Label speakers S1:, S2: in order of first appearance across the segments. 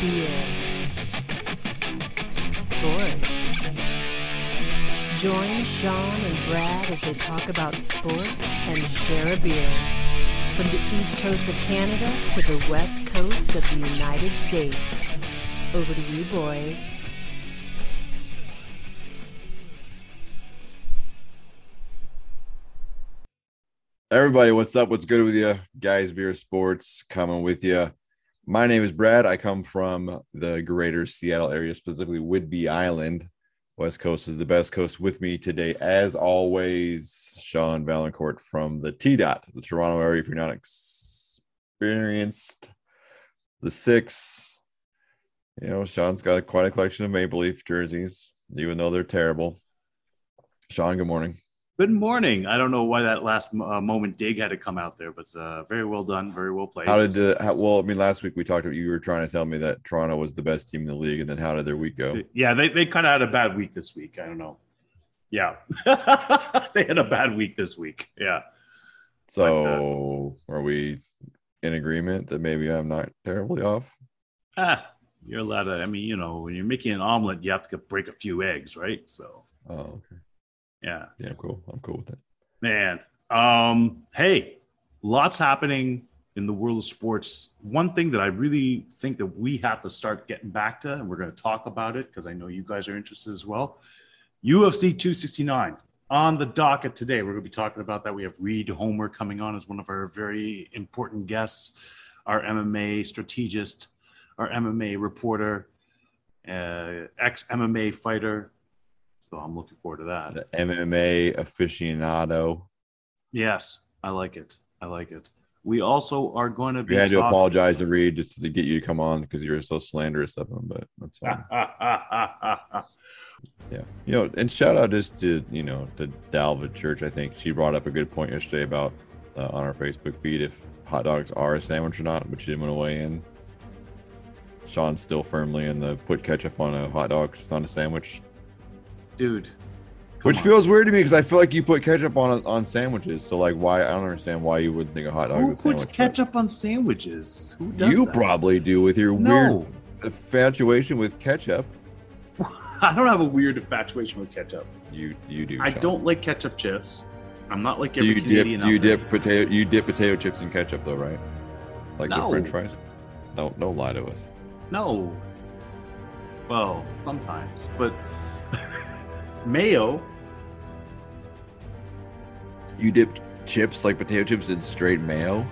S1: beer, sports. Join Sean and Brad as they talk about sports and share a beer. From the east coast of Canada to the west coast of the United States. Over to you, boys.
S2: Everybody, what's up? What's good with you? Guys, Beer Sports coming with you. My name is Brad. I come from the greater Seattle area, specifically Whidbey Island. West Coast is the best coast with me today, as always. Sean Valancourt from the T Dot, the Toronto area. If you're not experienced, the six, you know, Sean's got quite a collection of Maple Leaf jerseys, even though they're terrible. Sean, good morning.
S3: Good morning. I don't know why that last uh, moment dig had to come out there, but uh, very well done, very well placed.
S2: How did uh, how, well? I mean, last week we talked about you were trying to tell me that Toronto was the best team in the league, and then how did their week go?
S3: yeah, they they kind of had a bad week this week. I don't know. Yeah, they had a bad week this week. Yeah,
S2: So are we in agreement that maybe I'm not terribly off?
S3: ah, you're allowed to. I mean, you know, when you're making an omelet, you have to break a few eggs, right? So
S2: Oh, okay.
S3: yeah,
S2: Yeah, I'm cool. I'm cool with that.
S3: man. Um, hey, lots happening in the world of sports. One thing that I really think that we have to start getting back to, and we're going to talk about it because I know you guys are interested as well. UFC 269 on the docket today. We're going to be talking about that. We have Reed Homer coming on as one of our very important guests, our MMA strategist, our MMA reporter, uh, ex MMA fighter. So I'm looking forward to that.
S2: The MMA aficionado.
S3: Yes, I like it. I like it. We also are going to be.
S2: We had to
S3: talk-
S2: apologize to Reed just to get you to come on because you were so slanderous of him, but that's fine. Yeah. You know, and shout out just to, you know, to Dalva Church. I think she brought up a good point yesterday about uh, on our Facebook feed if hot dogs are a sandwich or not, but she didn't want to weigh in. Sean's still firmly in the put ketchup on a hot dog, it's not a sandwich.
S3: Dude. come
S2: Which
S3: on.
S2: feels weird to me because I feel like you put ketchup on on sandwiches. So like, why I don't understand why you wouldn't think a hot dog
S3: Who
S2: is a
S3: puts
S2: sandwich. but
S3: ketchup on sandwiches? Who does
S2: you
S3: that?
S2: probably do with your
S3: No.
S2: weird infatuation with ketchup.
S3: I don't have a weird infatuation with ketchup.
S2: You you do.
S3: I
S2: Sean.
S3: don't like ketchup chips. I'm not like
S2: Do
S3: every
S2: you dip
S3: Canadian. out
S2: you
S3: there.
S2: dip potato you dip potato chips in ketchup though, right? Like the
S3: No.
S2: French fries. Don't don't lie to us.
S3: No. Well, sometimes, but mayo.
S2: You dip chips like potato chips in straight mayo.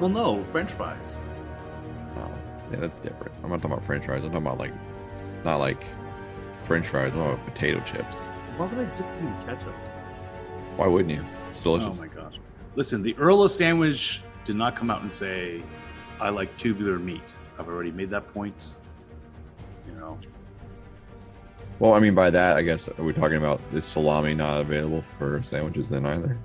S3: Well, no, French fries.
S2: Oh, yeah, that's different. I'm not talking about French fries. I'm talking about like not like French fries. I'm talking about potato chips.
S3: Why would I dip them in ketchup?
S2: Why wouldn't you? It's delicious.
S3: Oh my gosh. Listen, the Earl of Sandwich did not come out and say, I like tubular meat. I've already made that point. You know,
S2: Well, I mean, by that, I guess are we talking about is salami not available for sandwiches then either?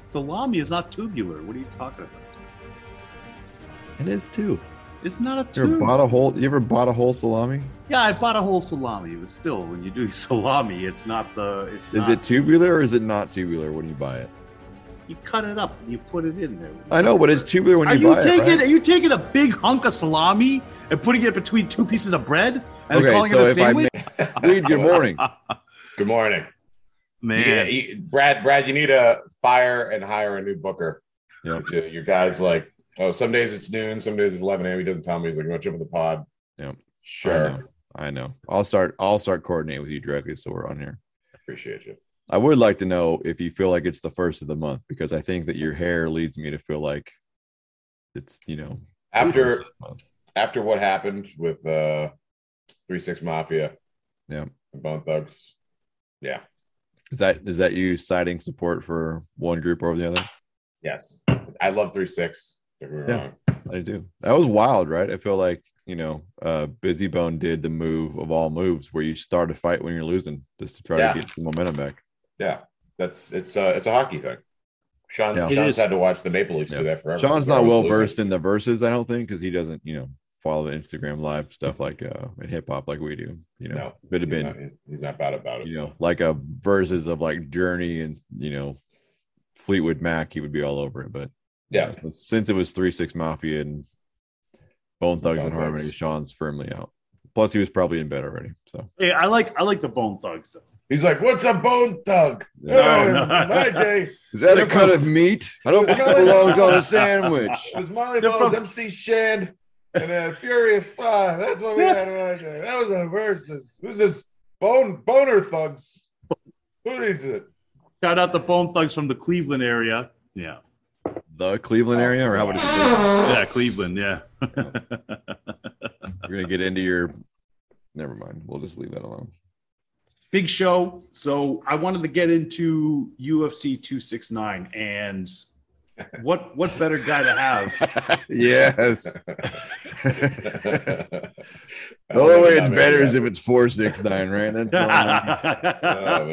S3: salami is not tubular. What are you talking about?
S2: It is too.
S3: It's not a
S2: You ever
S3: tube.
S2: bought a whole? You ever bought a whole salami?
S3: yeah, I bought a whole salami, but still, when you do salami, it's not the. It's
S2: Is
S3: not,
S2: it tubular or is it not tubular when you buy it?
S3: You cut it up and you put it in there.
S2: I know, but it's tubular when
S3: Are
S2: you,
S3: you,
S2: buy
S3: taking?
S2: it. Right?
S3: Are you taking a big hunk of salami and putting it between two pieces of bread and
S2: Okay,
S3: calling
S2: so
S3: it
S2: if
S3: a
S2: I
S3: sandwich?
S2: Reed, good morning.
S4: Good morning, You need
S3: Man,
S4: a- you- Brad. Brad, you need to fire and hire a new booker.
S2: Yeah.
S4: 'Cause Your, your guy's like, oh, some days it's noon, some days it's eleven a.m. He doesn't tell me. He's like, no, jump in the pod.
S2: Yeah. I know.
S4: sure,
S2: I know. I'll start. I'll start coordinating with you directly, so we're on here.
S4: appreciate you.
S2: I would like to know if you feel like it's the first of the month because I think that your hair leads me to feel like it's you know
S4: After
S2: first of the month.
S4: after what happened with uh Three Six Mafia,
S2: Yeah.
S4: and Bone Thugs, yeah,
S2: is that is that you citing support for one group over the other?
S4: yes, I love Three Six. Don't get me
S2: Yeah.
S4: wrong.
S2: I do. That was wild, right? I feel like, you know, uh Busy Bone did the move of all moves where you start a fight when you're losing just to try
S4: Yeah.
S2: to get some momentum back.
S4: yeah, that's it's uh it's a hockey thing. Sean,
S2: Yeah.
S3: It
S4: Sean's
S3: is.
S4: had to watch the Maple Leafs
S2: Yeah.
S4: do that forever.
S2: Sean's
S4: They're
S2: not
S4: always
S2: well
S4: losing.
S2: versed in the verses, I don't think, because he doesn't, you know, follow the Instagram live stuff like uh and hip hop like we do. You know,
S4: No,
S2: if it had
S4: He's not,
S2: been,
S4: he's not bad about it.
S2: you know, like a verses of like Journey and you know Fleetwood Mac, he would be all over it. But
S4: yeah,
S2: since it was three six mafia and Bone Thugs
S4: Bone
S2: and Harmony.
S4: Thugs.
S2: Sean's firmly out. Plus, he was probably in bed already. So
S3: Hey, I like I like the Bone Thugs.
S4: He's like, "What's a bone thug?"
S2: No,
S4: Oh,
S3: no.
S4: My day
S2: is that
S4: They're
S2: a cut
S4: from-
S2: of meat? I don't think it belongs on a sandwich.
S4: It was Molly
S3: They're
S4: Balls,
S3: from-
S4: MC Shed, and uh, Furious Five. That's what we had right there. That was a versus. Who's this bone boner thugs? Who is it?
S3: Shout out the Bone Thugs from the Cleveland area. Yeah,
S2: The Cleveland area, or how would it?
S3: yeah, Cleveland. Yeah,
S2: We're gonna get into your. Never mind. We'll just leave that alone.
S3: big show. So I wanted to get into UFC 269 and what what better guy to have?
S2: yes.
S4: the
S2: The only way it's better is if it's four six nine, right? That's the only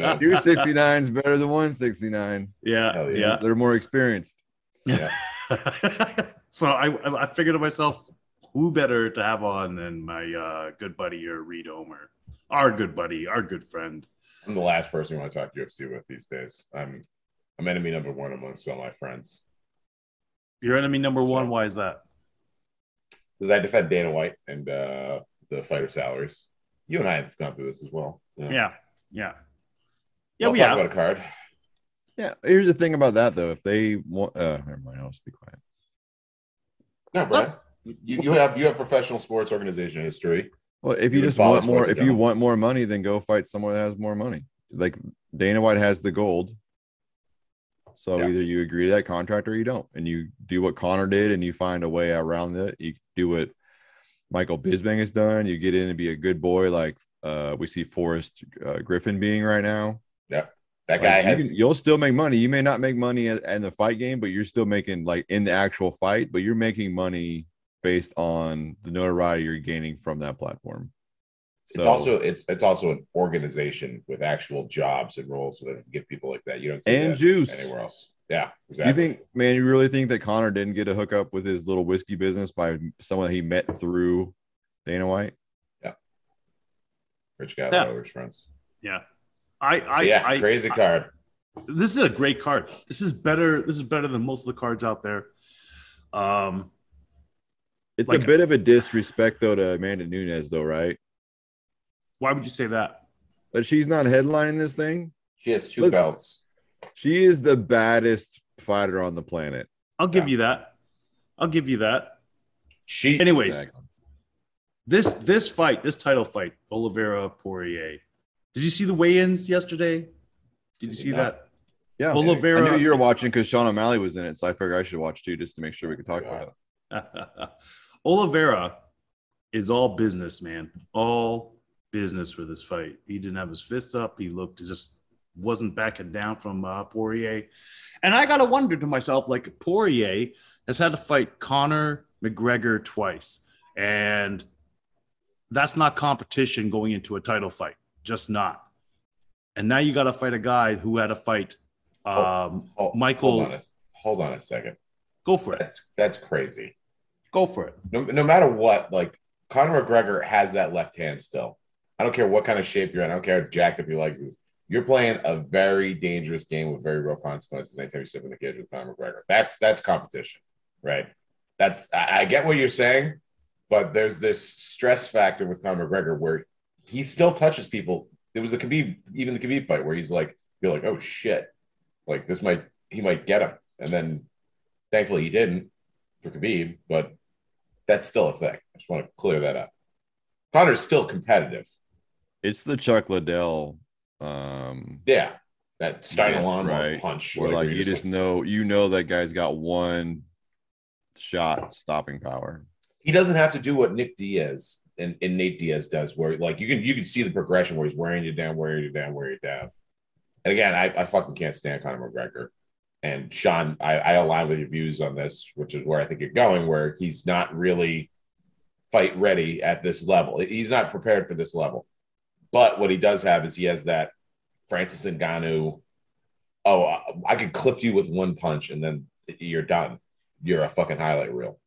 S2: way.
S4: Oh, man.
S2: two sixty nine is better than one sixty nine.
S3: yeah,
S4: Hell
S3: yeah.
S2: They're more experienced.
S3: so I, I- I figured to myself, who better to have on than my uh, good buddy or Reed Omer, our good buddy, our good friend.
S4: I'm the last person you want to talk UFC with these days. I'm I'm enemy number one amongst all my friends
S3: Your enemy number one. Why is that?
S4: because I defend Dana White and uh, the fighter salaries. You and I have gone through this as well.
S3: Yeah, yeah, yeah.
S4: I'll
S3: we
S4: talk
S3: have.
S4: about a card.
S2: Yeah. Here's the thing about that though. If they want, uh, never mind. I'll just be quiet.
S4: No, Brad. You, you have you have professional sports organization history.
S2: Well, if you
S4: You would
S2: just
S4: follow
S2: want more,
S4: sports
S2: if
S4: in
S2: you
S4: general.
S2: want more money, then go fight someone that has more money. Like Dana White has the gold. So
S4: Yeah.
S2: either you agree to that contract or you don't, and you do what Connor did, and you find a way around it. You do what Michael Bisping has done. You get in and be a good boy, like uh, we see Forrest uh, Griffin being right now.
S4: That
S2: Like,
S4: guy
S2: you
S4: has
S2: can- you'll still make money. You may not make money in in the fight game, but you're still making like in the actual fight. But you're making money based on the notoriety you're gaining from that platform.
S4: it's also it's it's also an organization with actual jobs and roles so that it can give people like that. You don't see
S2: and
S4: that
S2: juice.
S4: anywhere else. Yeah,
S2: You
S4: exactly.
S2: think, man, you really think that Connor didn't get a hookup with his little whiskey business by someone he met through Dana White?
S4: rich guy
S3: Yeah.
S4: yeah. rich friends?
S3: Yeah, I, I,
S4: yeah,
S3: I
S4: crazy card.
S3: this is a great card. This is better. This is better than most of the cards out there. Um,
S2: It's
S3: Like-
S2: a bit of a disrespect though to Amanda Nunes, though, right?
S3: why would you say that?
S2: That she's not headlining this thing.
S4: She has two
S2: Look-
S4: belts.
S2: She is the baddest fighter on the planet.
S3: I'll give
S4: Yeah.
S3: you that. I'll give you that.
S4: She
S3: Anyways,
S2: Exactly.
S3: this this fight, this title fight, Oliveira Poirier. Did you see the weigh-ins yesterday? Did you see
S4: Yeah.
S3: that?
S2: Yeah. I
S3: Oliveira.
S2: knew you were watching because Sean O'Malley was in it, so I figured I should watch too, just to make sure we could talk about it.
S3: Oliveira is all business, man. All business for this fight. He didn't have his fists up. He looked he just wasn't backing down from uh, Poirier. And I gotta wonder to myself, like Poirier has had to fight Conor McGregor twice, and that's not competition going into a title fight, just not. And now you got to fight a guy who had to fight. Um,
S4: Oh,
S3: Michael-
S4: Hold on, a, hold on a second.
S3: go for it.
S4: That's that's crazy.
S3: Go for it.
S4: No, no matter what, like Conor McGregor has that left hand still. I don't care what kind of shape you're in. I don't care how jacked up your legs is. You're playing a very dangerous game with very real consequences anytime you step in the cage with Conor McGregor. That's that's competition, right? That's I, I get what you're saying, but there's this stress factor with Conor McGregor where he still touches people. There was the Khabib, even the Khabib fight, where he's like, you're like, oh shit, like this might he might get him, and then thankfully he didn't for Khabib, but that's still a thing. I just want to clear that up. Connor's still competitive.
S2: It's the Chuck Liddell um
S4: Yeah. That starting
S2: Yeah,
S4: alarm
S2: right.
S4: punch.
S2: Or like
S4: where
S2: you just
S4: like-
S2: know, you know that guy's got one shot stopping power.
S4: he doesn't have to do what Nick Diaz and, and Nate Diaz does, where like you can you can see the progression where he's wearing you down, wearing you down, wearing you down. And again, I, I fucking can't stand Conor McGregor. And Sean, I, I align with your views on this, which is where I think you're going, where he's not really fight ready at this level. He's not prepared for this level. But what he does have is he has that Francis Ngannou. Oh, I, I could clip you with one punch and then you're done. You're a fucking highlight reel.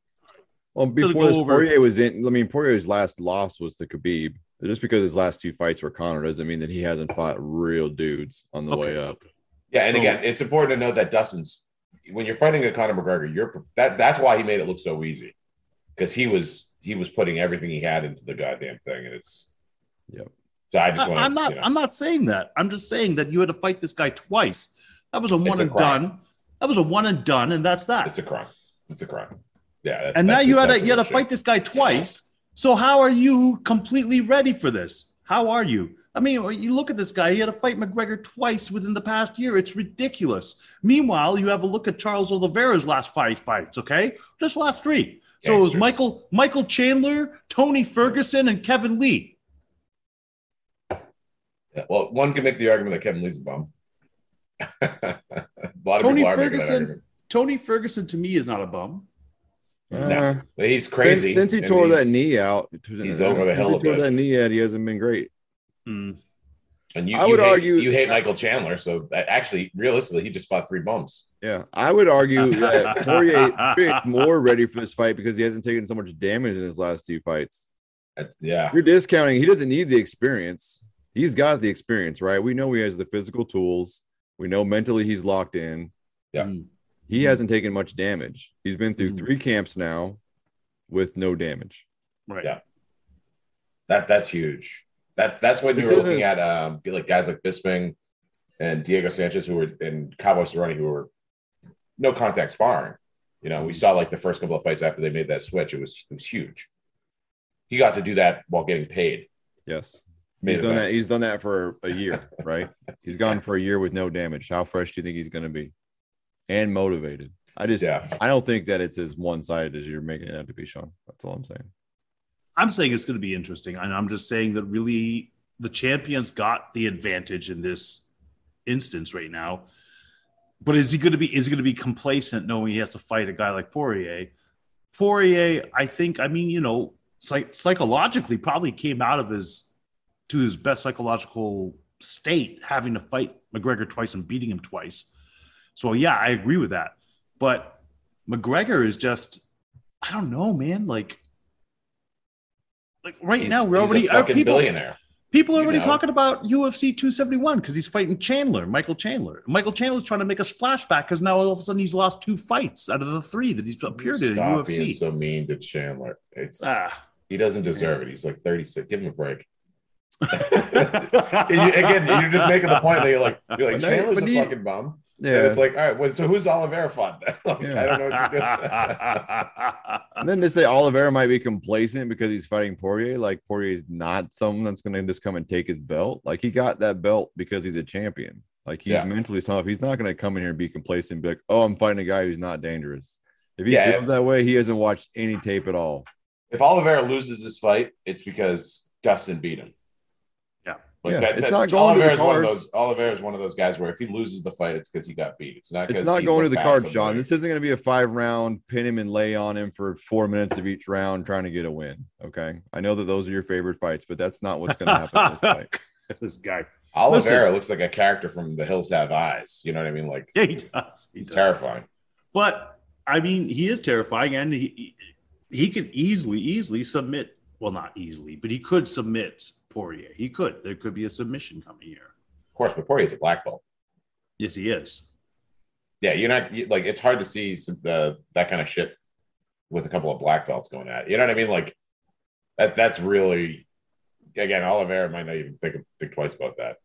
S2: Well, before
S3: go
S2: this,
S3: over-
S2: Poirier was in. I mean, Poirier's last loss was to Khabib. Just because his last two fights were Connor doesn't mean that he hasn't fought real dudes on the
S3: Okay.
S2: way up.
S4: Yeah, and
S3: So-
S4: again, it's important to know that Dustin's when you're fighting a Conor McGregor, you're that that's why he made it look so easy because he was he was putting everything he had into the goddamn thing, and it's.
S2: Yep.
S4: So I just want.
S3: I, am not. I'm not saying that. I'm just saying that you had to fight this guy twice. That was a one
S4: a
S3: and
S4: crime.
S3: done. That was a one and done, and that's that.
S4: It's a crime. It's a crime. Yeah. that-
S3: and now
S4: that's
S3: you
S4: a-
S3: had to
S4: that's a
S3: you had to
S4: bullshit.
S3: fight this guy twice. So how are you completely ready for this? How are you? I mean, you look at this guy. He had to fight McGregor twice within the past year. It's ridiculous. Meanwhile, you have a look at Charles Oliveira's last five fights. Okay, just last three. So it was
S4: Gangsters.
S3: Michael Michael Chandler, Tony Ferguson, and Kevin Lee.
S4: Yeah, Well, one can make the argument that Kevin Lee's a bum. a lot
S3: Tony
S4: of people are making that
S3: Ferguson-
S4: argument.
S3: Tony Ferguson to me is not a bum.
S2: Uh,
S4: No, But he's
S2: since,
S4: crazy.
S2: since he
S4: and
S2: tore that
S4: he's-
S2: knee out,
S4: he's over the
S2: since
S4: hill
S2: he
S4: a
S2: tore
S4: bit.
S2: that knee out, he hasn't been great.
S3: Mm-hmm.
S4: And you,
S2: I
S4: you
S2: would
S4: hate,
S2: argue-
S4: you hate Michael Chandler. So that- actually, realistically, he just fought three bums.
S2: Yeah, I would argue that Poirier is more ready for this fight because he hasn't taken so much damage in his last two fights.
S4: That- yeah.
S2: You're discounting. He doesn't need the experience. He's got the experience, right? We know he has the physical tools. We know mentally he's locked in.
S4: Yeah.
S3: Mm.
S2: He hasn't taken much damage. He's been through
S3: Mhm.
S2: three camps now with no damage.
S3: Right.
S4: Yeah. That that's huge. That's that's when you
S2: This
S4: were looking
S2: isn't-
S4: at um like guys like Bisping and Diego Sanchez who were and Cabo Cerrone who were no contact sparring. You know, we saw like the first couple of fights after they made that switch. It was it was huge. He got to do that while getting paid.
S2: Yes.
S4: Made
S2: He's done that.
S4: events.
S2: He's done that for a year, right? he's gone for a year with no damage. How fresh do you think he's going to be? And motivated. I just,
S4: yeah.
S2: I don't think that it's as one sided as you're making it out to be, Sean. That's all I'm saying.
S3: I'm saying it's going to be interesting, and I'm just saying that really the champions got the advantage in this instance right now. But is he going to be is he going to be complacent knowing he has to fight a guy like Poirier? Poirier, I think, I mean, you know, psych- psychologically probably came out of his to his best psychological state having to fight McGregor twice and beating him twice. So yeah, I agree with that. But McGregor is just, I don't know, man. Like, like right
S4: He's-
S3: now we're
S4: he's
S3: already
S4: a
S3: uh,
S4: fucking
S3: people,
S4: billionaire.
S3: people are
S4: you
S3: already
S4: know?
S3: talking about UFC 271 because he's fighting Chandler, Michael Chandler. Michael Chandler's trying to make a splashback because now all of a sudden he's lost two fights out of the three that he's appeared in
S4: Stop
S3: UFC.
S4: being so mean to Chandler. It's
S3: Ah.
S4: he doesn't deserve it. He's like 36. Give him a break. And you- again, you're just making the point that you're like, you're like
S2: But no,
S4: Chandler's
S2: but
S4: a
S2: he-
S4: fucking bum. And it's like, all right, well, so who's Oliveira fought then? like,
S2: Yeah.
S4: I don't know what you're doing.
S2: And then to say Oliveira might be complacent because he's fighting Poirier, like Poirier is not someone that's going to just come and take his belt. Like he got that belt because he's a champion. Like he's
S4: Yeah.
S2: mentally tough. He's not going to come in here and be complacent and be like, "Oh, I'm fighting a guy who's not dangerous." If he
S4: Yeah.
S2: feels that way, he hasn't watched any tape at all.
S4: if Oliveira loses this fight, it's because Dustin beat him.
S3: Yeah.
S4: Like
S2: Yeah,
S4: that,
S2: it's
S4: that,
S2: not going to the
S4: Oliveira's one of
S2: cards.
S4: those. Oliveira's one of those guys where if he loses the fight, it's because he got beat. It's not.
S2: It's
S4: 'cause
S2: not
S4: he
S2: going to
S4: went
S2: the
S4: past
S2: cards,
S4: somebody.
S2: John. This isn't going to be a five round pin him and lay on him for four minutes of each round trying to get a win. Okay, I know that those are your favorite fights, but that's not what's going to happen. in this fight.
S3: this guy.
S4: Oliveira looks like a character from The Hills Have Eyes. You know what I mean? Like
S3: Yeah, he does. He
S4: he's
S3: does.
S4: terrifying.
S3: But I mean, he is terrifying, and he he could easily, easily submit. Well, not easily, but he could submit Poirier. He could. There could be a submission coming here.
S4: Of course, but Poirier's a black belt.
S3: Yes, he is.
S4: Yeah, you're not you- like it's hard to see some, uh, that kind of shit with a couple of black belts going at. it. You know what I mean? Like that. That's really again, Oliveira might not even think think twice about that.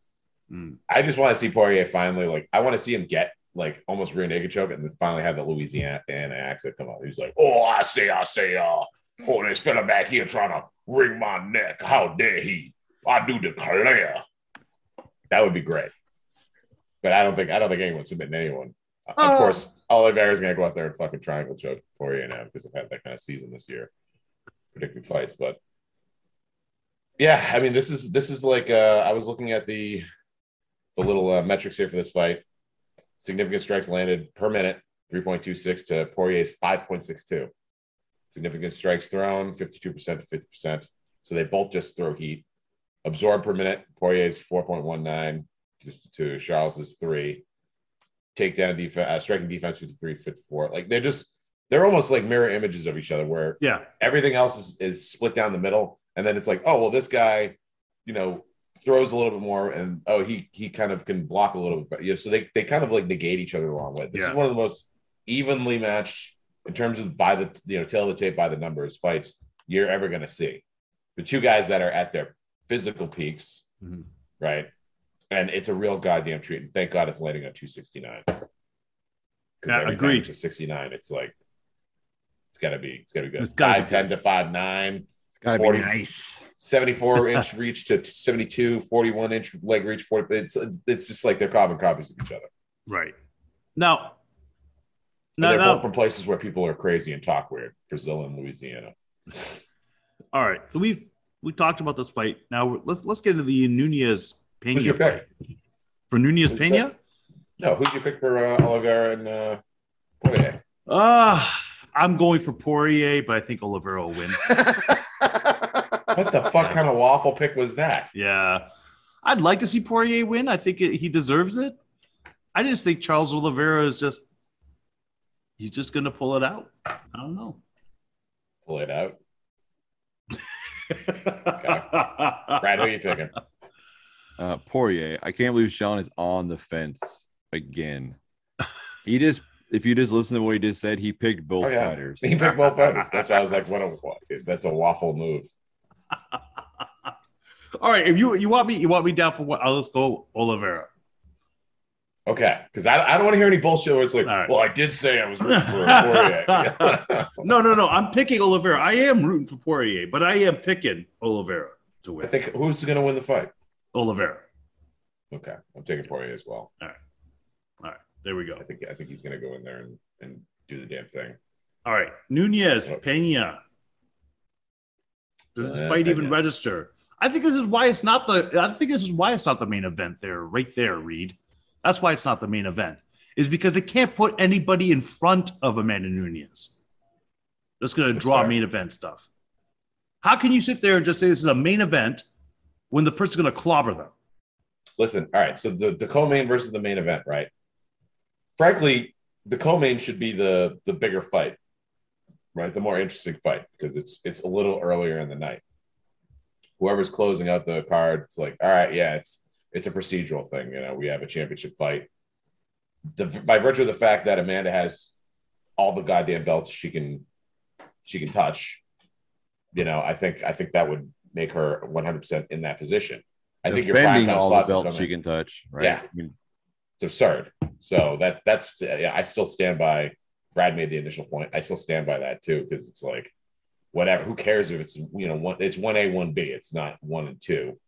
S3: Mm.
S4: I just want to see Poirier finally like I want to see him get like almost rear naked choke and then finally have the Louisiana accent come out. He's like, Oh, I say, I say, uh, oh, this fella back here trying to wring my neck. How dare he? I do declare. That would be great. But I don't think I don't think anyone's submitting anyone. Of
S3: Oh.
S4: course, Oliveira's gonna go out there and fucking triangle choke Poirier now because I've had that kind of season this year, predicting fights. But yeah, I mean, this is this is like uh, I was looking at the the little uh, metrics here for this fight. Significant strikes landed per minute, 3.26 to Poirier's 5.62. Significant strikes thrown, 52% to 50%. So they both just throw heat. Absorb per minute, Poirier's 4.19 to, to Charles's 3. Takedown defense, uh, striking defense 53, 54. Like they're just, they're almost like mirror images of each other where
S3: Yeah,
S4: everything else is, is split down the middle and then it's like oh well this guy you know throws a little bit more and oh he he kind of can block a little bit but yeah so they, they kind of like negate each other the wrong way this
S3: Yeah.
S4: is one of the most evenly matched in terms of by the you know tail of the tape by the numbers fights you're ever going to see. The two guys that are at their physical peaks,
S3: Mhm.
S4: right? And it's a real goddamn treat. And thank God it's landing on 269. 'Cause
S3: Yeah,
S4: every time
S3: agreed.
S4: it's a 69, it's like, it's got to be, it's got to be
S3: It's
S4: good.
S3: gotta be
S4: 5'10 to 5'9.
S2: It's gotta
S4: Forty-
S2: be nice.
S4: 74 inch reach to 72, 41 inch leg reach. 40, it's it's just like they're carbon copies of each other.
S3: Right. Now,
S4: And
S3: no,
S4: they're
S3: no.
S4: both from places where people are crazy and talk weird Brazil and Louisiana.
S3: All right. So we we talked about this fight. Now we're- let's let's get into the Nunez Pena
S4: Who's your
S3: fight.
S4: pick?
S3: For Nunez
S4: Who's
S3: Pena,
S4: No, who'd you pick for uh, Oliveira and uh, Poirier?
S3: uh, I'm going for Poirier, but I think Oliveira will win.
S4: What the fuck kind of waffle pick was that?
S3: Yeah, I'd like to see Poirier win. I think it, he deserves it. I just think Charles Oliveira is just he's just going to pull it out. I don't know.
S4: Pull it out. Brad, who you picking?
S2: Uh, Poirier, I can't believe Sean is on the fence again. He just, if you just listen to what he just said, he picked both
S4: Oh, yeah.
S2: fighters.
S4: He picked both fighters. That's why I was like, what a that's a waffle move.
S3: All right, if you you want me you want me down for what? I'll let's go Oliveira.
S4: Okay, because I, I don't want to hear any bullshit where it's like,
S3: All right.
S4: well, I did say I was rooting for Poirier.
S3: No, no, no. I'm picking Oliveira. I am rooting for Poirier, but I am picking Oliveira to
S4: I
S3: win.
S4: think who's going to win the fight?
S3: Oliveira.
S4: Okay, I'm taking Poirier as well.
S3: All right, there we go.
S4: I think I think he's going to go in there and, and do the damn thing.
S3: All right, Nunez
S4: Yep.
S3: Pena. Does this
S4: Yeah,
S3: fight even
S4: Pena.
S3: register? I think this is why it's not the. I think this is why it's not the main event. There, right there, Reed. That's why it's not the main event. Is because they can't put anybody in front of Amanda Nunez. That's going to
S4: That's
S3: draw
S4: fair.
S3: main event stuff. How can you sit there and just say this is a main event when the person's going to clobber them?
S4: Listen, all right. So the the co-main versus the main event, right? Frankly, the co-main should be the the bigger fight, right? The more interesting fight because it's it's a little earlier in the night. Whoever's closing out the card, it's like, all right, yeah, it's it's a procedural thing. You know, we have a championship fight. The, by virtue of the fact that Amanda has all the goddamn belts she can she can touch, you know, I think I think that would make her 100 percent in that position. I think your
S2: defending
S4: primetime
S2: all the
S4: slots would
S2: belt
S4: come in
S2: she can touch, right?
S4: Yeah.
S2: I mean,
S4: it's absurd. So that that's yeah, I still stand by. Brad made the initial point. I still stand by that too because it's like whatever. Who cares if it's you know one? It's one A, one B. It's not one and two,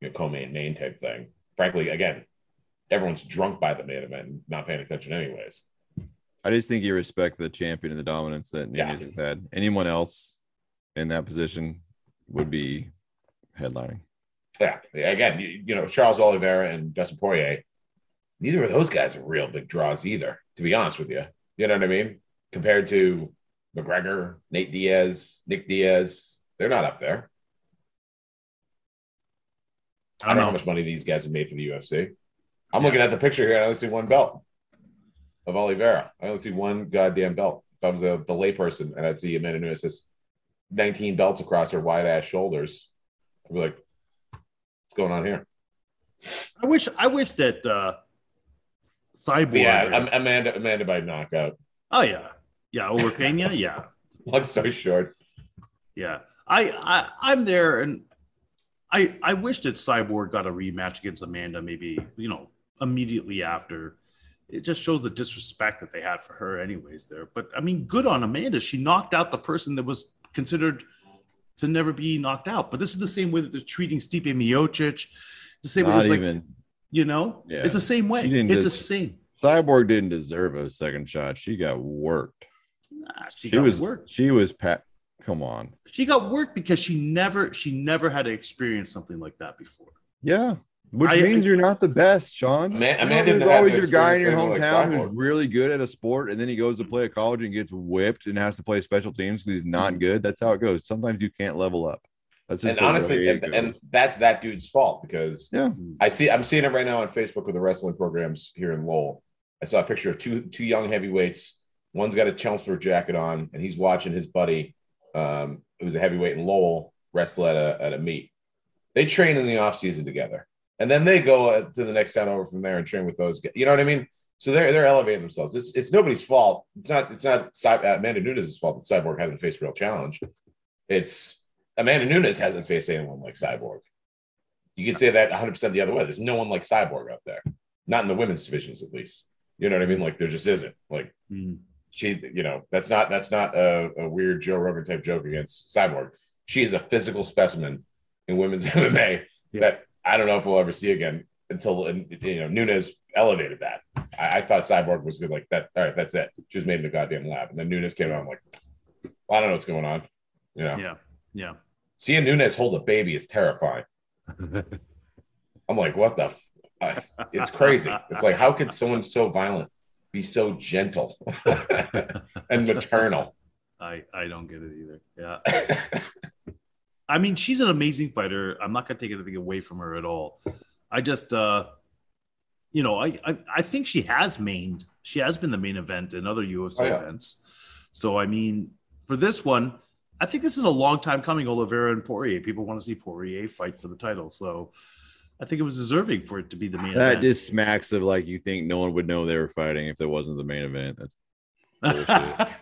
S4: you know, co-main main type thing. Frankly, again, everyone's drunk by the main event, and not paying attention anyways.
S2: I just think you respect the champion and the dominance that
S4: Yeah.
S2: Nunez has had. Anyone else in that position would be headlining.
S4: Yeah, again, you, you know Charles Oliveira and Dustin Poirier. Neither of those guys are real big draws either. To be honest with you, you know what I mean. Compared to McGregor, Nate Diaz, Nick Diaz, they're not up there. I don't know how much money these guys have made for the UFC. I'm looking at the picture here and I only see one belt of Oliveira. I only see one goddamn belt. If I was a, the layperson and I'd see Amanda Nunes has 19 belts across her wide ass shoulders, I'd be like, what's going on here?
S3: I wish. I wish that uh, Cyborg.
S4: But yeah, Am- Amanda, Amanda by knockout.
S3: oh yeah, yeah. Over Pena. yeah.
S4: Long story short,
S3: Yeah, I, I I'm there, and I I wish that Cyborg got a rematch against Amanda, maybe you know immediately after. It just shows the disrespect that they had for her, anyways. There, but I mean, good on Amanda. She knocked out the person that was considered to never be knocked out. But this is the same way that they're treating Stipe Miocic. The same
S2: Not
S3: way, it's
S2: even
S3: like you know,
S2: Yeah.
S3: it's the same way.
S2: She didn't
S3: It's the
S2: just-
S3: same.
S2: Cyborg didn't deserve a second shot. She got worked.
S3: Nah, she,
S2: She,
S3: got
S2: was
S3: worked.
S2: She was pat. Come on.
S3: She got worked because she never she never had to experience something like that before.
S2: Yeah. Which
S3: I-
S2: means you're not the best, Sean.
S4: Ama-
S2: You know,
S4: Amanda
S2: there's
S4: didn't have
S2: always
S4: to
S2: your guy in your
S4: experience anything
S2: hometown
S4: like
S2: who's
S4: Cyborg.
S2: really good at a sport, and then he goes to play a college and gets whipped and has to play special teams because he's
S3: Mm-hmm.
S2: not good. That's how it goes. Sometimes you can't level up. That's just
S4: and
S2: the
S4: honestly,
S2: way it
S4: and, and that's that dude's fault because
S2: Yeah.
S4: I see I'm seeing it right now on Facebook with the wrestling programs here in Lowell. I saw a picture of two two young heavyweights. One's got a Chelmsford jacket on, and he's watching his buddy, um, who's a heavyweight in Lowell, wrestle at a at a meet. They train in the off season together, and then they go uh, to the next town over from there and train with those. guys. You know what I mean? So they're they're elevating themselves. It's it's nobody's fault. It's not it's not Cy- uh, Amanda Nunes' fault that Cyborg hasn't faced real challenge. It's Amanda Nunes hasn't faced anyone like Cyborg. You could say that 100% the other way. There's no one like Cyborg out there, not in the women's divisions, at least. You know what I mean? Like, there just isn't. Like,
S3: Mm.
S4: she, you know, that's not that's not a, a weird Joe Rogan type joke against Cyborg. She is a physical specimen in women's MMA
S3: Yeah.
S4: that I don't know if we'll ever see again until and, you know Nunes elevated that. I, I thought Cyborg was good like that. All right, that's it. She was made in the goddamn lab, and then Nunes came out. I'm like, I don't know what's going on. You know,
S3: Yeah. Yeah.
S4: seeing Nunes hold a baby is terrifying. I'm like, what the? F- I- it's crazy. it's like, how could someone so violent be so gentle and maternal?
S3: I I don't get it either. Yeah. I mean, she's an amazing fighter. I'm not gonna take anything away from her at all. I just, uh, you know, I, I I think she has mained. She has been the main event in other UFC
S4: Oh, yeah.
S3: events. So I mean, for this one, I think this is a long time coming. Oliveira and Poirier. People want to see Poirier fight for the title. So I think it was deserving for it to be the main.
S2: That
S3: event.
S2: just smacks of like you think no one would know they were fighting if there wasn't the main event. That's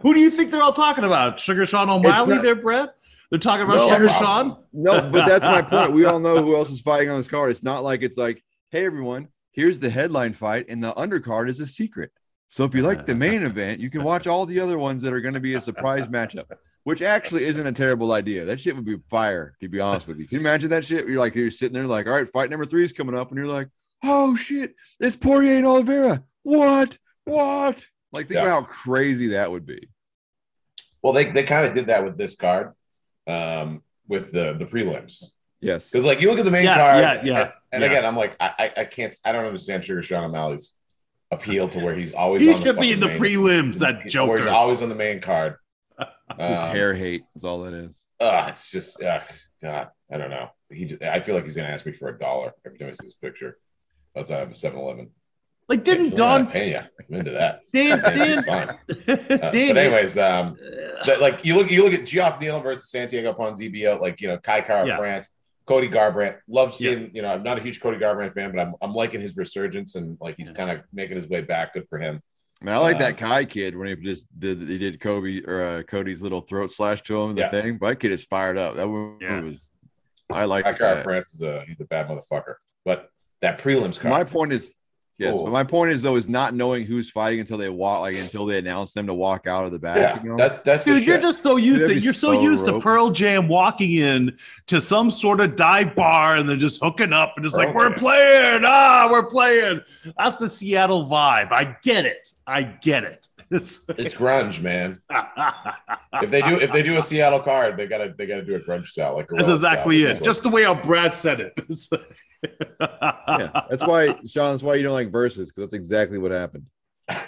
S3: Who do you think they're all talking about? Sugar Sean O'Malley,
S2: not-
S3: there, Brett? They're talking about
S2: No,
S3: Sugar
S4: I'm-
S3: Sean.
S2: No, but that's my point. We all know who else is fighting on this card. It's not like it's like, hey, everyone, here's the headline fight, and the undercard is a secret. So if you like the main event, you can watch all the other ones that are going to be a surprise matchup, which actually isn't a terrible idea. That shit would be fire, to be honest with you. Can you imagine that shit? You're like, you're sitting there, like, all right, fight number three is coming up, and you're like, oh shit, it's Poirier and Oliveira. What? What? Like, think
S4: Yeah.
S2: about how crazy that would be.
S4: Well, they, they kind of did that with this card, um, with the the prelims.
S2: Yes.
S4: Because like you look at the main
S3: Yeah, yeah,
S4: card,
S3: yeah,
S4: and, and
S3: yeah.
S4: again, I'm like, I, I I can't, I don't understand Sugar Sean O'Malley's appeal to where he's always
S3: He
S4: on the
S3: should be in the
S4: fucking main,
S3: prelims. That
S4: where he's
S3: Joker.
S4: always on the main card.
S2: It's just
S4: Um,
S2: hair hate. That's all that is.
S4: ugh, it's just ugh, God, I don't know. He, j- I feel like he's gonna ask me for a dollar every time I see this picture outside of a 7-Eleven.
S3: Like, didn't
S4: Actually, I'm
S3: Don?
S4: not paying you. I'm into that.
S3: Dan,
S4: It's
S3: Dan,
S4: fine. Uh,
S3: Dan,
S4: but anyways, um, that like you look you look at Geoff Neal versus Santiago Ponzibio, like you know, Kai Car of
S3: Yeah.
S4: France, Cody Garbrandt. Love seeing, you know, I'm not a huge Cody Garbrandt fan, but I'm I'm liking his resurgence and like he's
S3: Yeah.
S4: kind of making his way back. Good for him.
S2: I mean, I like
S4: Uh,
S2: that Kai kid when he just did he did Kobe or uh, Cody's little throat slash to him the
S4: Yeah.
S2: thing. But that kid is fired up. That one
S3: Yeah.
S2: was I like
S4: Kai Car of
S2: that.
S4: France is a he's a bad motherfucker. But that prelims card.
S2: My point is yes,
S4: Cool.
S2: but my point is though is not knowing who's fighting until they walk like until they announce them to walk out of the back.
S4: yeah,
S2: you know?
S4: that's that's the
S3: Dude, you're
S4: shit.
S3: just so used to
S2: That'd be
S3: you're so
S2: so
S3: used to
S2: rope.
S3: Pearl Jam walking in to some sort of dive bar and they're just hooking up and it's like
S4: Pearl
S3: we're
S4: Jam.
S3: playing, ah, we're playing. That's the Seattle vibe. I get it. I get it. It's-
S4: it's grunge, man. If they do if they do a Seattle card, they gotta they gotta do a grunge style. Like
S3: That's
S4: Gorillaz style.
S3: exactly
S4: It's
S3: it. Just the way how Brad said it. It's like-
S2: yeah, that's why Sean. That's why you don't like verses because that's exactly what happened.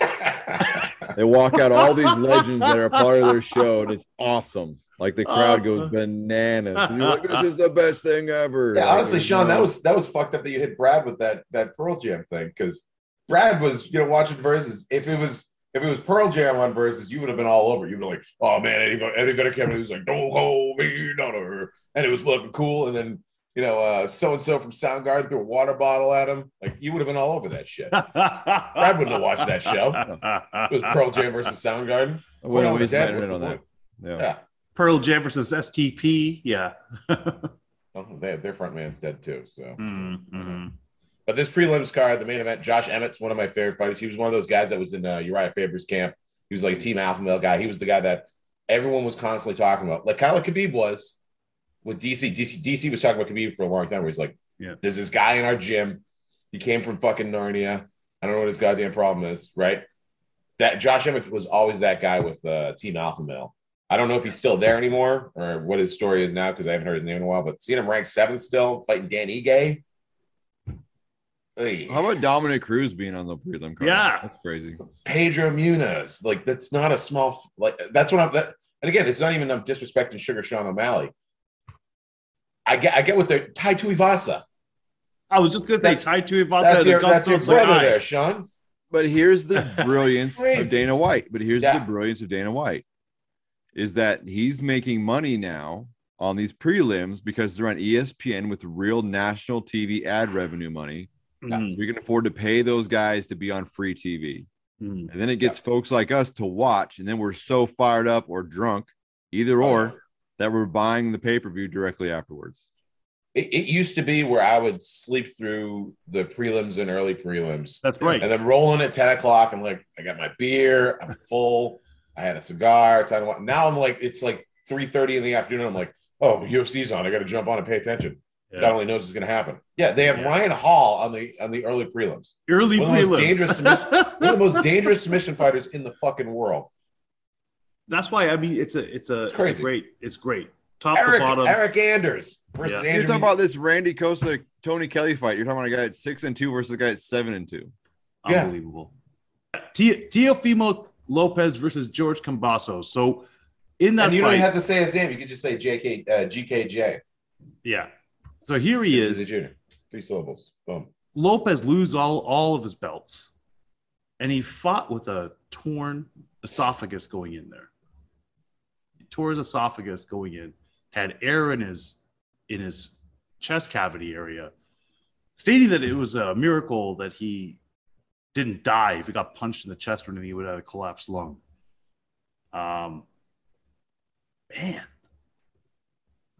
S4: like-
S2: They walk out all these legends that are a part of their show, and it's awesome. Like the crowd
S3: Uh.
S2: goes bananas. And You're like, this is the best thing ever.
S4: Yeah,
S2: Like,
S4: honestly,
S2: there's
S4: Sean,
S2: no-
S4: that was that was fucked up that you hit Brad with that that Pearl Jam thing because Brad was you know watching verses. If it was if it was Pearl Jam on verses, you would have been all over. You'd be like, oh man, Eddie, Vedder- Eddie Vedder came in, he was like, don't call me daughter, and it was looking cool. And then you know, so and so from Soundgarden threw a water bottle at him. Like you would have been all over that shit.
S3: Brad
S4: wouldn't have watched that show. It was Pearl Jam versus Soundgarden.
S2: I wouldn't
S4: Pearl's
S2: waste
S4: dead,
S2: that
S4: what's
S2: minute
S4: the
S2: on that.
S4: point?
S2: Yeah.
S4: Yeah.
S3: Pearl Jam versus STP. Yeah.
S4: Well, Oh, they, their front man's dead too. So.
S3: Mm,
S4: Mm-hmm.
S3: mhm.
S4: But this prelims card, the main event, Josh Emmett's one of my favorite fighters. He was one of those guys that was in uh, Uriah Faber's camp. He was like a team alpha male guy. He was the guy that everyone was constantly talking about. Like Kyle Khabib was with DC. DC DC was talking about Khabib for a long time. Where he's like,
S3: Yeah.
S4: there's this guy in our gym. He came from fucking Narnia. I don't know what his goddamn problem is, right? That Josh Emmett was always that guy with uh, Team Alpha Male. I don't know if he's still there anymore or what his story is now because I haven't heard his name in a while. But seeing him ranked seventh still, fighting Dan Ige. Oy.
S2: How about Dominic Cruz being on the prelim card?
S3: Yeah.
S2: that's crazy.
S4: Pedro Munoz. Like that's not a small f- like that's what I'm that, and again, it's not even I'm disrespecting Sugar Sean O'Malley. I get I get what they're Ty Tuivasa.
S3: I was just going to
S4: That's-
S3: say, Tai Tuivasa
S4: That's
S3: and
S4: your that's your
S3: Augusto Sakai.
S4: brother there, Sean.
S2: But here's the brilliance of
S4: Crazy.
S2: Dana White. But here's
S4: Yeah.
S2: the brilliance of Dana White is that he's making money now on these prelims because they're on E ESPN with real national TV ad revenue money.
S3: Mhm,
S2: So you can afford to pay those guys to be on free TV.
S3: mhm.
S2: And then it gets folks like us to watch, and then we're so fired up or drunk either
S4: Oh,
S2: or that we're buying the pay per view directly afterwards.
S4: It, it used to be where I would sleep through the prelims and early prelims
S3: That's right.
S4: and then rolling at 10 o'clock. I'm like, I got my beer. I'm full. I had a cigar. It's, I don't want, now I'm like, it's like 3.30 in the afternoon. I'm like, oh, UFC's on. I got to jump on and pay attention.
S3: Yeah.
S4: God only knows what's going to happen. Yeah, they have
S3: Yeah.
S4: Ryan Hall on the on the early prelims.
S3: Early
S4: One of the most
S3: prelims.
S4: dangerous submission- One of the most dangerous submission fighters in the fucking world.
S3: That's why I mean it's a it's a, it's
S4: It's crazy.
S3: a great it's great top
S4: Eric,
S3: to bottom.
S4: Eric Anders versus
S3: Yeah.
S2: You're
S4: Andrew.
S2: talking about this Randy Costa Tony Kelly fight. You're talking about a guy at six and two versus a guy at seven and two.
S4: Yeah.
S3: Unbelievable. Te- Teofimo Lopez versus George Cambasso. So in that
S4: and you don't
S3: fight,
S4: even have to say his name. You could just say JK, uh, GKJ.
S3: yeah. So here he
S4: This a
S3: is.
S4: junior. Three syllables. Boom.
S3: Lopez lose all all of his belts, and he fought with a torn esophagus going in there. He tore his esophagus going in, had air in his in his chest cavity area, stating that it was a miracle that he didn't die if he got punched in the chest or anything, he would have a collapsed lung. Um, man,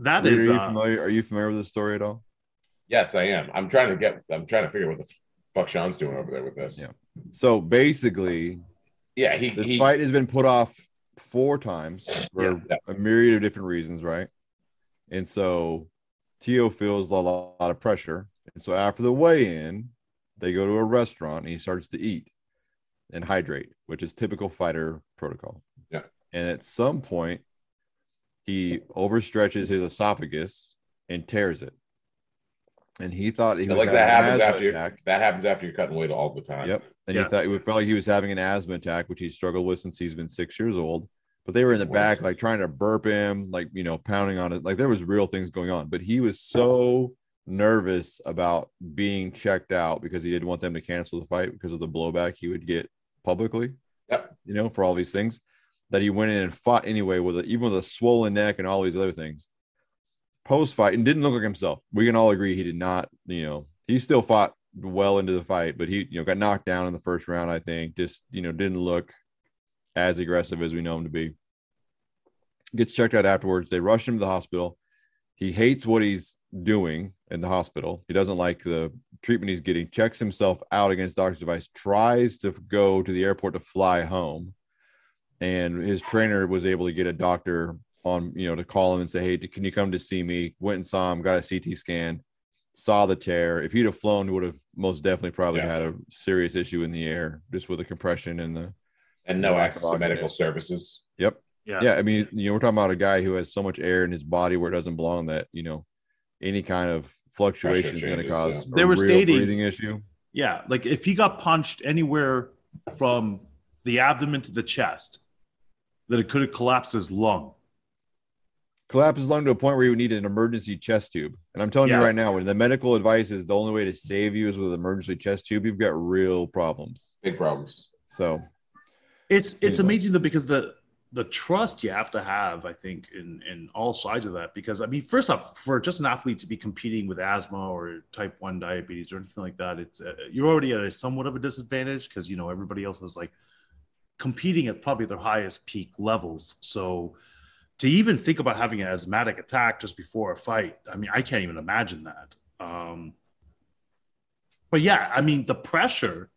S3: that
S2: Reed,
S3: is
S2: are you
S3: uh,
S2: familiar? Are you familiar with this story at all?
S4: Yes, I am. I'm trying to get. I'm trying to figure what the fuck Sean's doing over there with this.
S2: Yeah. So basically,
S4: Yeah, he.
S2: this
S4: he
S2: fight has been put off four times for
S3: Yeah.
S4: Yeah.
S2: a myriad of different reasons, right? And so Tio feels a lot, lot of pressure. And so after the weigh in, they go to a restaurant and he starts to eat and hydrate, which is typical fighter protocol.
S4: Yeah.
S2: And at some point, he overstretches his esophagus and tears it. And he thought he was
S4: like that
S2: having an
S4: happens
S2: asthma
S4: after you,
S2: attack.
S4: that happens after you're cutting weight all the time.
S2: Yep. And
S3: Yeah.
S2: he thought it felt like he was having an asthma attack, which he struggled with since he's been six years old. But they were in the back, like trying to burp him, like you know, pounding on it. Like there was real things going on. But he was so nervous about being checked out because he didn't want them to cancel the fight because of the blowback he would get publicly.
S4: Yep.
S2: You know, for all these things that he went in and fought anyway with a, even with a swollen neck and all these other things. Post fight and didn't look like himself. We can all agree he did not. You know, he still fought well into the fight, but he you know got knocked down in the first round. I think just you know didn't look as aggressive as we know him to be. Gets checked out afterwards. They rush him to the hospital. He hates what he's doing in the hospital. He doesn't like the treatment he's getting. Checks himself out against doctor's advice. Tries to go to the airport to fly home and his trainer was able to get a doctor on you know to call him and say hey can you come to see me went and saw him got a ct scan saw the tear if he'd have flown would have most definitely probably
S4: Yeah.
S2: had a serious issue in the air just with the compression and the
S4: And no
S2: Yeah.
S4: access to medical services.
S2: yep
S3: yeah.
S2: yeah i mean you know we're talking about a guy who has so much air in his body where it doesn't belong that you know any kind of fluctuation is going to
S4: changes,
S2: cause
S4: yeah.
S2: a
S3: They were
S2: real
S3: stating-
S2: breathing issue
S3: Yeah, like if he got punched anywhere from the abdomen to the chest, that it could have collapsed his lung.
S2: collapse his lung to a point where you would need an emergency chest tube. And I'm telling
S3: Yeah.
S2: you right now, when the medical advice is the only way to save you is with an emergency chest tube, you've got real problems.
S4: Big problems.
S2: So
S3: It's it's
S2: Yeah.
S3: amazing though because the the trust you have to have, I think, in in all sides of that. Because I mean, first off, for just an athlete to be competing with asthma or type one diabetes or anything like that, it's uh, you're already at a somewhat of a disadvantage because you know everybody else is like competing at probably their highest peak levels. So to even think about having an asthmatic attack just before a fight, I mean, I can't even imagine that. Um, but yeah, I mean, the pressure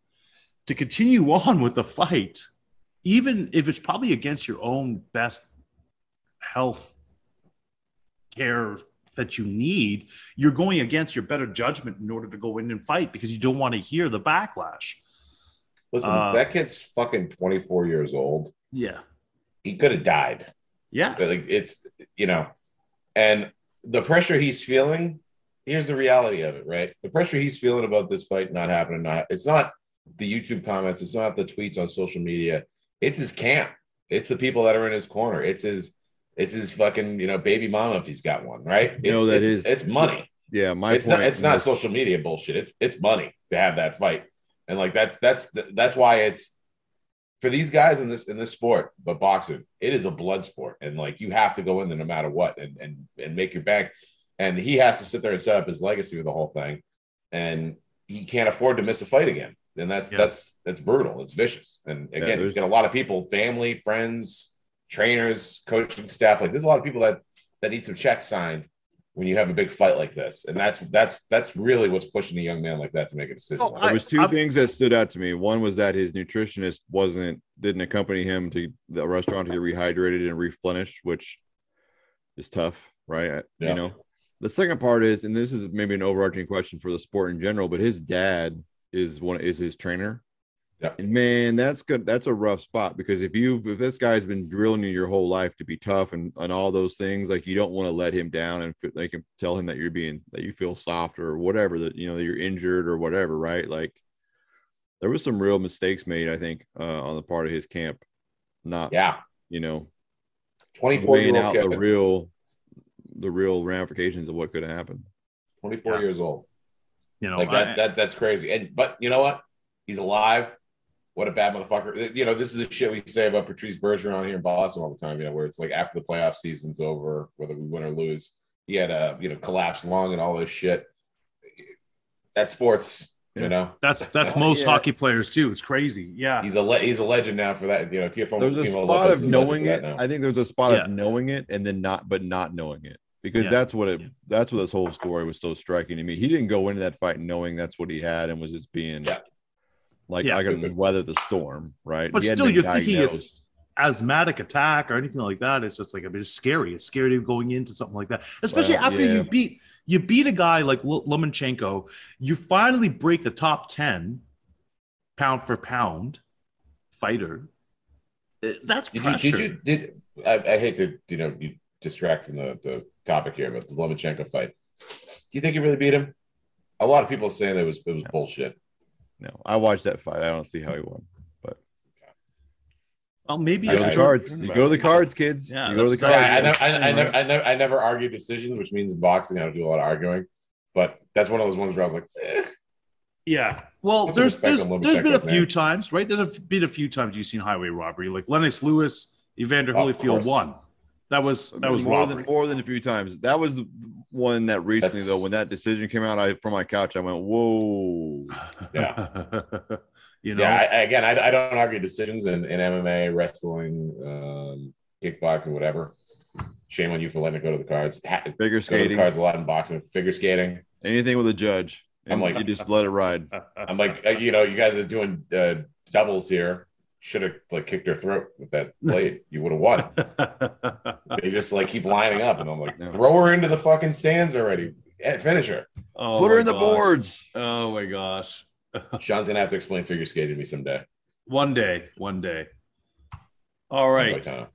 S3: to continue on with the fight, even if it's probably against your own best health care that you need, you're going against your better judgment in order to go in and fight because you don't want to hear the backlash.
S4: Listen,
S3: Uh,
S4: that kid's fucking 24 years old.
S3: Yeah.
S4: He could have died.
S3: Yeah.
S4: But, like it's you know and the pressure he's feeling here's the reality of it right the pressure he's feeling about this fight not happening not it's not the youtube comments it's not the tweets on social media it's his camp it's the people that are in his corner it's his it's his fucking you know baby mama if he's got one right it's,
S2: You know, that
S4: it's,
S2: is-
S4: it's money
S2: yeah, my
S4: it's
S2: point
S4: not it's
S2: in
S4: not
S2: this-
S4: social media bullshit. It's it's money to have that fight, and like that's that's the, that's why it's for these guys in this in this sport, but boxing it is a blood sport, and like you have to go in there no matter what, and and and make your bank. And he has to sit there and set up his legacy with the whole thing, and he can't afford to miss a fight again. And that's
S3: Yeah.
S4: that's that's brutal. It's vicious, and again,
S2: there's-
S4: he's got a lot of people, family, friends, trainers, coaching staff. Like there's a lot of people that that need some checks signed when you have a big fight like this, and that's that's that's really what's pushing a young man like that to make a decision.
S3: Oh,
S2: There
S3: I-
S2: was 2
S3: I've-
S2: things that stood out to me. One was that his nutritionist wasn't didn't accompany him to the restaurant to get rehydrated and replenished, which is tough, right? I-
S4: Yeah.
S2: You know. The second part is, and this is maybe an overarching question for the sport in general, but his dad is one is his trainer.
S4: Yeah.
S2: And man, that's good. That's a rough spot because if you've if this guy's been drilling you your whole life to be tough and and all those things, like you don't want to let him down and f- like tell him that you're being that you feel soft or whatever that you know that you're injured or whatever, right? Like there was some real mistakes made, I think, uh, on the part of his camp, not
S4: yeah,
S2: you know
S4: twenty-four
S2: weighing
S4: year
S2: out
S4: old
S2: the
S4: kid,
S2: real the real ramifications of what could have happened.
S4: twenty-four
S3: Yeah.
S4: years old.
S3: You know,
S4: Like
S3: I-
S4: that, that that's crazy. And but you know what? He's alive. What a bad motherfucker. You know, this is the shit we say about Patrice Bergeron here in Boston all the time, you know, where it's like after the playoff season's over, whether we win or lose, he had a you know collapsed lung and all this shit. That's sports,
S2: Yeah.
S4: you know.
S3: that's that's
S2: Yeah.
S3: most hockey players too. It's crazy. Yeah.
S4: He's a le- he's a legend now for that. You know, Tiafo.
S2: There's a
S4: Timo
S2: spot
S4: Lopez
S2: of
S4: is a legend
S2: knowing
S4: for
S2: it.
S4: that now.
S2: I think there's a spot
S3: Yeah.
S2: of knowing it and then not, but not knowing it because
S3: Yeah.
S2: that's what it.
S3: Yeah.
S2: That's what this whole story was so striking to me. He didn't go into that fight knowing that's what he had and was just being
S4: Yeah.
S2: like
S3: Yeah.
S2: I can weather the storm, right?
S3: But
S2: He had
S3: still,
S2: been
S3: you're thinking it's-
S2: diagnosed.
S3: asthmatic attack or anything like that. It's just like I mean, it's scary. It's scary going into something like that, especially
S2: Well,
S3: after
S2: yeah.
S3: you beat you beat a guy like L- Lomachenko. You finally break the top ten pound for pound fighter. Uh, That's
S4: Did you,
S3: pressure.
S4: did you did I, I hate to you know you distract from the, the topic here, but the Lomachenko fight. Do you think he really beat him? A lot of people are saying that it was it was bullshit.
S2: No, I watched that fight. I don't see how he won.
S3: well, maybe
S2: You
S4: I-
S2: go
S3: it's
S2: to
S4: I-
S2: the
S3: too-
S2: cards. You go to the cards, kids.
S3: Yeah,
S2: you go to the
S3: that's-
S2: cards.
S4: Yeah, I,
S3: Oh, yeah,
S4: never, I, I,
S3: right.
S4: never, I never I never argue decisions, which means in boxing I don't do a lot of arguing. But that's one of those ones where I was like, eh,
S3: Yeah. Well,
S4: Put some
S3: there's
S4: respect
S3: there's,
S4: on
S3: there's been a
S4: Lomachenko's
S3: few
S4: name.
S3: times, right? There's a, been a few times you've seen highway robbery, like Lennox Lewis, Evander
S4: Of
S3: Holyfield
S4: course.
S3: won. That was that was
S2: more
S3: robbery.
S2: than more than a few times. That was the one that recently
S4: That's-
S2: though, when that decision came out, I from my couch, I went, "Whoa!"
S3: you know.
S4: yeah. I, I- again, I, I don't argue decisions in, in MMA, wrestling, um, kickboxing, whatever. Shame on you for letting it go to the cards. Ha- go
S2: Figure
S4: to the
S2: skating,
S4: cards a lot in boxing, figure skating.
S2: anything with a judge.
S4: I'm
S2: And
S4: like-
S2: you just let it ride.
S4: I'm like, uh, you know, you guys are doing uh, doubles here. Should have like kicked her throat with that blade. You would have won. They just like keep lining up, and I'm like,
S2: Yeah.
S4: throw her into the fucking stands already. Eh, Finish her.
S3: Oh
S2: Put
S3: my
S2: her in the
S3: gosh.
S2: boards.
S3: Oh my gosh.
S4: Sean's gonna have to explain figure skating to me someday.
S3: One day, one day.
S2: Oh
S3: All right.
S4: Like, uh,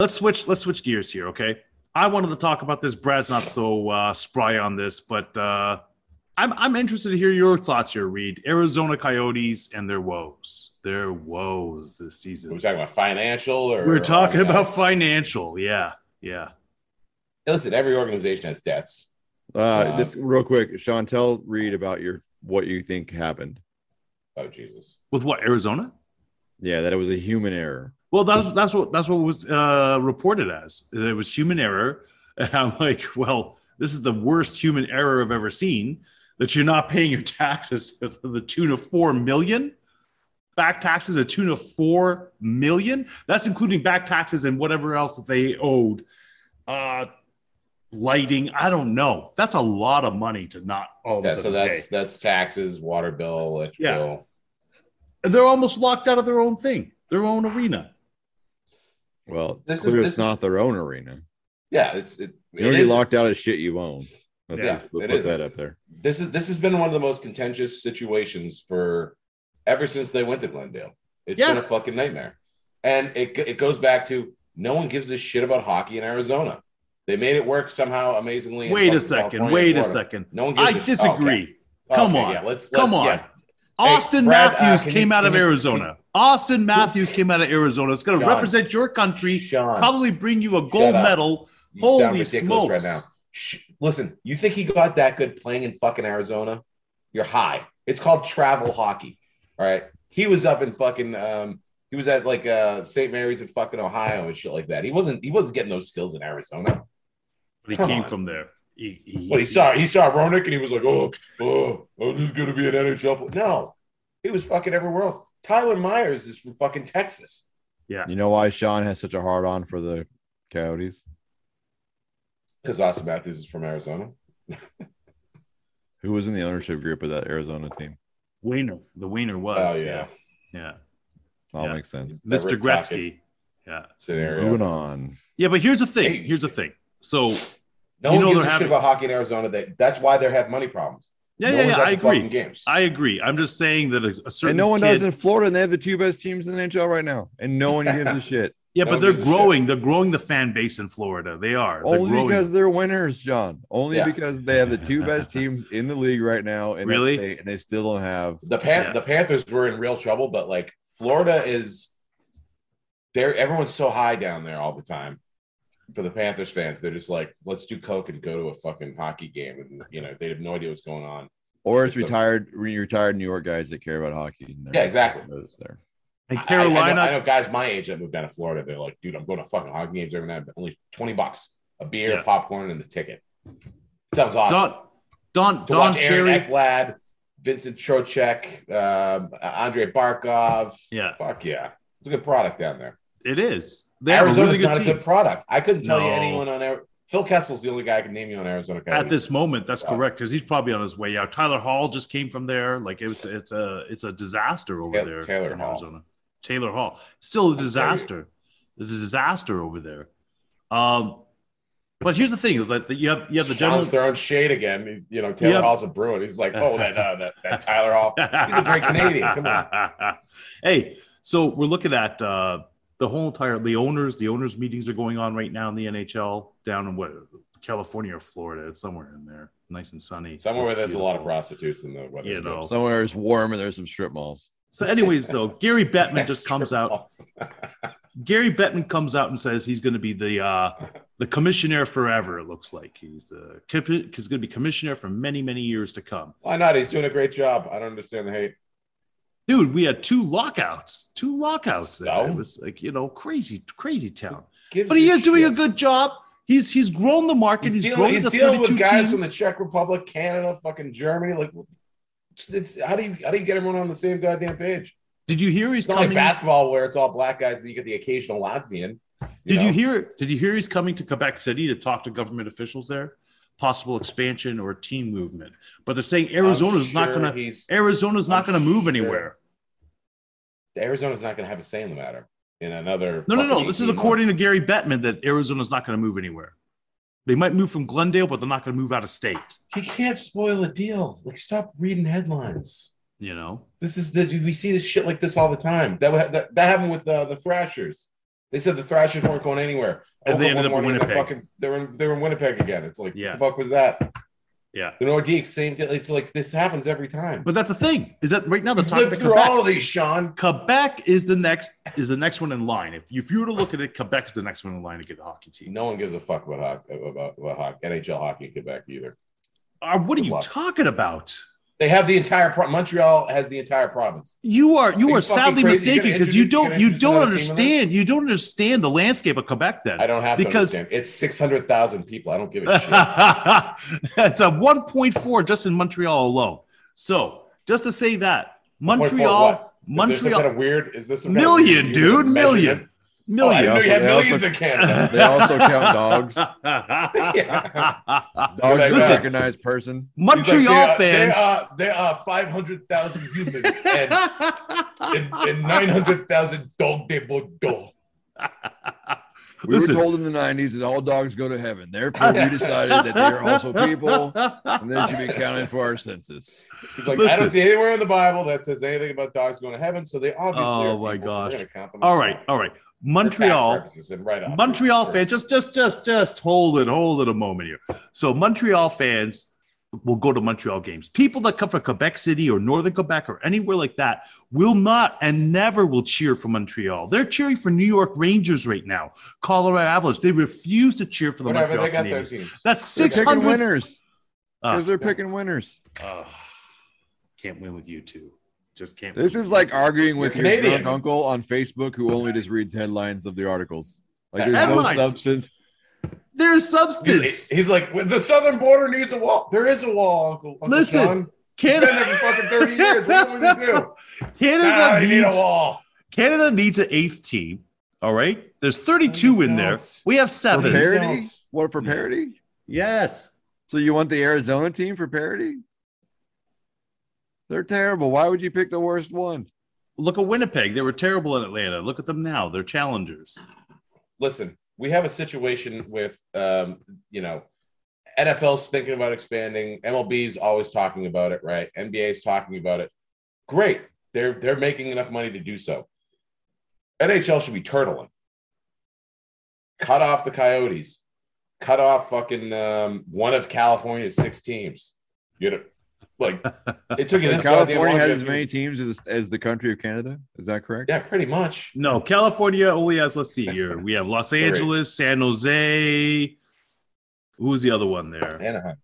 S3: Let's switch let's switch gears here, okay? I wanted to talk about this. Brad's not so uh, spry on this, but uh, I'm I'm interested to hear your thoughts here, Reed. Arizona Coyotes and their woes. Their woes this
S4: Are we
S3: season.
S4: talking about financial or
S3: We're talking
S4: or-
S3: about financial. Yeah. Yeah.
S4: Listen, every organization has debts.
S2: Uh, just real quick, Sean, tell Reed about your what you think happened.
S4: Oh Jesus.
S3: With what? Arizona?
S2: Yeah, that it was a human error.
S3: Well, that's that's what that's what was uh, reported as. It was human error, and I'm like, well, this is the worst human error I've ever seen. That you're not paying your taxes to the tune of four million. Back taxes to the tune of four million. That's including back taxes and whatever else that they owed. Uh, lighting, I don't know. That's a lot of money to not all of a
S4: Yeah, so
S3: sudden
S4: that's
S3: pay.
S4: that's taxes, water bill, electric
S3: Yeah.
S4: bill.
S3: And they're almost locked out of their own thing, their own arena.
S2: Well,
S4: This is-
S2: clear
S4: this
S2: it's
S4: is-
S2: not their own arena.
S4: Yeah, it's it,
S2: You
S4: it
S2: already
S4: is-
S2: locked out of shit you own. Let's
S4: Yeah,
S2: just put,
S4: it
S2: put
S4: is.
S2: that up there.
S4: this is this has been one of the most contentious situations for ever since they went to Glendale. It's
S3: Yeah.
S4: been a fucking nightmare, and it it goes back to no one gives a shit about hockey in Arizona. They made it work somehow, amazingly. in
S3: Wait a
S4: fucking
S3: second.
S4: California,
S3: Wait a
S4: Florida.
S3: second.
S4: No one gives
S3: I
S4: a shit.
S3: disagree. Come on.
S4: yeah, let's
S3: Come
S4: let-
S3: on.
S4: yeah.
S3: Austin
S4: Brad, uh,
S3: Matthews
S4: can
S3: came
S4: you-
S3: out of
S4: can you-
S3: Arizona. Austin Matthews came out of Arizona. It's going to
S4: Sean.
S3: represent your country,
S4: Sean,
S3: probably bring you a
S4: Shut
S3: gold
S4: up.
S3: medal.
S4: you sound
S3: Holy
S4: ridiculous
S3: smokes.
S4: right now. Shh. Listen, you think he got that good playing in fucking Arizona? You're high. It's called travel hockey. All right. He was up in fucking um he was at like uh St. Mary's in fucking Ohio and shit like that. He wasn't he wasn't getting those skills in Arizona.
S3: But he
S4: Come
S3: came
S4: on.
S3: from there. He, he,
S4: But he saw he saw Ronick and he was like, oh, oh, oh, this is gonna be an NHL. pl-" No, he was fucking everywhere else. Tyler Myers is from fucking Texas.
S3: Yeah.
S2: You know why Sean has such a hard on for the Coyotes?
S4: Because Austin Matthews is from Arizona.
S2: Who was in the ownership group of that Arizona team?
S3: Wiener. The Wiener
S4: Oh,
S3: was.
S4: yeah.
S3: Yeah.
S2: All
S3: Yeah.
S2: makes sense.
S4: That
S3: Mr.
S4: Rick
S3: Gretzky. Yeah.
S4: Scenario.
S2: Moving on.
S3: Yeah, but here's the thing.
S4: Hey.
S3: Here's the thing. So
S4: No
S3: You
S4: one
S3: know
S4: gives a
S3: they're
S4: shit
S3: having-
S4: about hockey in Arizona. That that's why they have money problems.
S3: yeah,
S4: no
S3: yeah,
S4: one's
S3: yeah.
S4: at
S3: I
S4: the fucking
S3: agree.
S4: Games.
S3: I agree. I'm just saying that a, a certain
S2: And no one
S3: kid-
S2: does in Florida, and they have the two best teams in the NHL right now, and no one gives a shit.
S3: Yeah,
S4: No
S3: but
S4: one
S3: they're
S4: gives a shit.
S3: growing. They're growing the fan base in Florida. They are. They're
S2: Only
S3: growing.
S2: because they're winners, John. Only
S4: Yeah.
S2: because they have the two best teams in the league right now, and
S3: Really?
S2: and they still don't have.
S4: the Pan-
S3: Yeah.
S4: the Panthers were in real trouble, but like Florida is there everyone's so high down there all the time. For the Panthers fans, they're just like, let's do coke and go to a fucking hockey game, and you know they have no idea what's going on.
S2: Or it's
S4: It's a-
S2: retired, re- retired New York guys that care about hockey. and they're-
S4: Yeah, exactly.
S2: There.
S3: and
S4: I- I- I,
S3: Carolina.
S4: know, I know guys my age that moved down to Florida. They're like, dude, I'm going to fucking hockey games every night, but only twenty bucks, a beer,
S3: Yeah.
S4: popcorn, and the ticket. Sounds awesome.
S3: Don Don
S4: to
S3: Don
S4: watch Aaron
S3: Cherry.
S4: Ekblad, Vincent Trocek, um, Andre Barkov.
S3: Yeah.
S4: Fuck yeah. It's a good product down there.
S3: It is. They have a
S4: Arizona's
S3: really good
S4: not
S3: team.
S4: a good product. I couldn't tell you
S3: No.
S4: anyone on Ari- Phil Kessel's the only guy I can name you on Arizona.
S3: at
S4: Coyotes.
S3: this moment that's
S4: Wow.
S3: correct because he's probably on his way out tyler hall just came from there like it's it's a it's a disaster over
S4: Yeah,
S3: there
S4: Taylor
S3: in
S4: Hall.
S3: arizona taylor hall still a
S4: tell you.
S3: disaster it's a disaster over there um but here's the thing that that you have you have the general
S4: Sean's throwing shade again. You know, Taylor
S3: Yeah.
S4: Hall's a Bruin. He's like, oh, that uh, that, that Tyler Hall. He's a great Canadian. Come
S3: on. Hey, so we're looking at uh, the whole entire the owners. The owners meetings are going on right now in the NHL down in what California or Florida. It's somewhere in there, nice and sunny.
S4: Somewhere where there's a lot of
S3: Beautiful.
S4: prostitutes in the weather.
S3: You know.
S2: Somewhere it's warm, and there's some strip malls.
S3: So, anyways, though, Gary Bettman just comes out. Gary Bettman comes out and says he's going to be the uh, the commissioner forever. It looks like he's the he's going to be commissioner for many many years to come.
S4: Why not? He's doing a great job. I don't understand the hate.
S3: Dude, we had two lockouts, two lockouts. There.
S4: So?
S3: It was like you know crazy crazy town.
S4: Gives
S3: But he
S4: a
S3: is doing
S4: shit.
S3: a good job. He's he's grown the market. He's,
S4: He's, dealing,
S3: grown
S4: he's
S3: the
S4: dealing
S3: 32
S4: with guys
S3: teams.
S4: from the Czech Republic, Canada, fucking Germany. Like, it's how do you how do you get everyone on the same goddamn page?
S3: Did you hear he's
S4: It's not like
S3: coming?
S4: basketball where it's all black guys and you get the occasional Latvian.
S3: did
S4: know?
S3: you hear? Did you hear he's coming to Quebec City to talk to government officials there? Possible expansion or team movement, but they're saying
S4: I'm
S3: Arizona's not
S4: sure
S3: going to.
S4: He's
S3: Arizona's not
S4: I'm
S3: going to move
S4: sure.
S3: anywhere.
S4: Arizona's not going to have a say in the matter. In another.
S3: No, no, no. This is according to Gary Bettman that Arizona's not going to move anywhere. They might move from Glendale, but they're not going to move out of state.
S4: to. He can't spoil a deal. Like, stop reading headlines.
S3: You know.
S4: This is the we see this shit like this all the time. That wa- that, that happened with uh, the Thrashers. They said the Thrashers weren't going anywhere.
S3: And they
S4: Woke
S3: ended
S4: one
S3: up in
S4: morning, they're
S3: Winnipeg.
S4: Fucking, they were in, they were in Winnipeg again. It's like,
S3: Yeah.
S4: what the fuck was that?
S3: Yeah.
S4: The Nordiques, same. It's like this happens every time.
S3: But that's the thing is that right now the
S4: We've lived through all of these, Sean.
S3: Quebec is the next is the next one in line. If you, if you were to look at it, Quebec is the next one in line to get a hockey team.
S4: No one gives a fuck about hockey, about, about hockey, NHL hockey in Quebec either.
S3: Uh, what are
S4: Good
S3: you
S4: luck.
S3: talking about?
S4: They have the entire pro- Montreal has the entire province.
S3: You are you
S4: Are
S3: are,
S4: you fucking
S3: sadly
S4: crazy? You're
S3: mistaken
S4: gonna
S3: because you
S4: introduce- you're
S3: don't
S4: gonna
S3: you
S4: introduce
S3: don't
S4: another team in there?
S3: understand you don't understand the landscape of Quebec then.
S4: I don't have
S3: Because-
S4: to understand. It's six hundred thousand people. I don't give a shit.
S3: it's a 1.4 just in Montreal alone. So just to say that Montreal
S4: what? Is this some
S3: Montreal
S4: kind of weird? Is this some kind of
S3: million
S4: weird
S3: dude
S4: measurement?
S3: million
S4: Oh, I
S3: million.
S4: didn't know you had
S2: They also-
S4: millions in Canada.
S2: They also count dogs.
S3: Oh,
S2: Dogs are
S4: Listen.
S2: recognized person.
S4: He's
S3: Montreal
S4: like,
S3: fans.
S4: There are, there are 500,000 humans and, and, and 900,000 dog de Bordeaux.
S2: We
S3: Listen.
S2: were told in the '90s that all dogs go to heaven. Therefore, we decided that they are also people, and they should be counted for our census.
S4: He's like, I
S3: Listen.
S4: don't see anywhere in the Bible that says anything about dogs going to heaven, so they obviously
S3: Oh,
S4: are
S3: my
S4: people, so we're
S3: gosh.
S4: gonna count them
S3: All
S4: as
S3: right,
S4: dogs.
S3: all right.
S4: For tax
S3: Montreal,
S4: purposes and right off.
S3: Montreal fans, just just just just hold it, hold it a moment here. So Montreal fans will go to Montreal games. People that come from Quebec City or Northern Quebec or anywhere like that will not and never will cheer for Montreal. They're cheering for New York Rangers right now, Colorado Avalanche. They refuse to cheer for the
S4: Whatever, they
S3: Montreal
S4: got their
S3: Canadiens.
S4: teams.
S3: That's
S2: They're
S3: six
S2: picking
S3: hundred.
S2: winners
S4: Ah.
S2: because they're picking winners.
S3: can't win with you two. Just can't.
S2: This
S3: win
S2: is
S3: with
S2: like
S3: you two.
S2: arguing with
S4: You're
S2: your drunk
S4: Canadian.
S2: uncle on Facebook who only just reads headlines of the articles. Like there's
S3: Headlines.
S2: no substance.
S3: There's substance.
S4: He's, he's like, the southern border needs a wall. There is a wall, Uncle. Uncle
S3: Listen,
S4: John. It's been
S3: Canada,
S4: there for fucking 30 years. What do we do?
S3: Canada
S4: Nah, they need a
S3: needs-
S4: wall.
S3: Canada needs an eighth team. All right. There's 32 in there.
S4: Counts.
S3: We have
S2: For
S3: seven.
S4: Prepare-
S2: parity? What for parity?
S3: Yes.
S2: So you want the Arizona team for parity? They're terrible. Why would you pick the worst one?
S3: Look at Winnipeg. They were terrible in Atlanta. Look at them now. They're challengers.
S4: Listen, we have a situation with, um, you know, NFL's thinking about expanding. MLB's always talking about it, right? NBA's talking about it. Great. They're they're making enough money to do so. NHL should be turtling. Cut off the Coyotes. Cut off fucking um, one of California's six teams. You know, like it took you this goddamn
S2: California has
S4: long to-
S2: as many teams as, as the country of Canada. Is that correct?
S4: Yeah, pretty much.
S3: No, California only has, let's see here. We have Los Angeles, San Jose. Who's the other one there?
S4: Anaheim.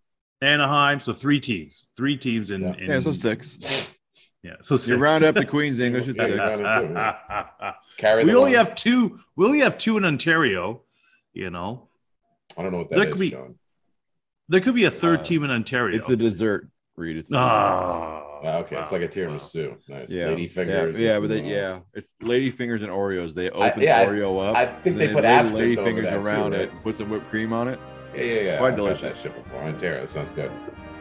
S3: Anaheim. So three teams. Three teams in.
S4: Yeah.
S3: in-
S2: Yeah, so six.
S3: Yeah, so six.
S2: Mm. You round up the Queen's English at
S4: Yeah, you
S2: six.
S4: round up to Carry
S3: we
S4: the
S3: only
S4: one.
S3: have two. We only have two in Ontario. You know,
S4: I don't know what that
S3: There
S4: is,
S3: could be-
S4: Sean.
S3: there could be a third
S4: Uh,
S3: team in Ontario.
S2: It's a dessert. Read it.
S3: Ah,
S4: Oh, okay, it's
S3: wow,
S4: like a
S3: wow.
S4: tiramisu. Nice.
S2: Yeah.
S4: Lady fingers.
S2: Yeah, yeah
S4: and
S2: but they,
S4: some, uh,
S2: yeah, it's lady fingers and Oreos. They open
S4: I- yeah, I-
S2: Oreo up.
S4: I think
S2: and
S4: they
S2: then lay
S4: put
S2: the lady
S4: absinthe over
S2: fingers
S4: that too,
S2: around
S4: right?
S2: it, put some whipped cream on it.
S4: Yeah, yeah, yeah.
S2: Quite
S4: I've had
S2: delicious.
S4: That shit before. Ontario. That sounds good.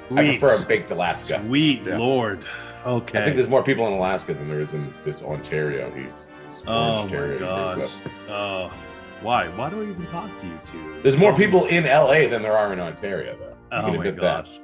S4: I
S3: Sweet.
S4: prefer a baked Alaska.
S3: Sweet
S2: Yeah.
S3: lord. Okay.
S4: I think there's more people in Alaska than there is in this Ontario. He's
S3: oh my gosh. Uh, why? Why do I even talk to you two?
S4: There's more people in LA than there are in Ontario, though.
S3: Oh
S4: can
S3: my
S4: admit that.
S3: gosh.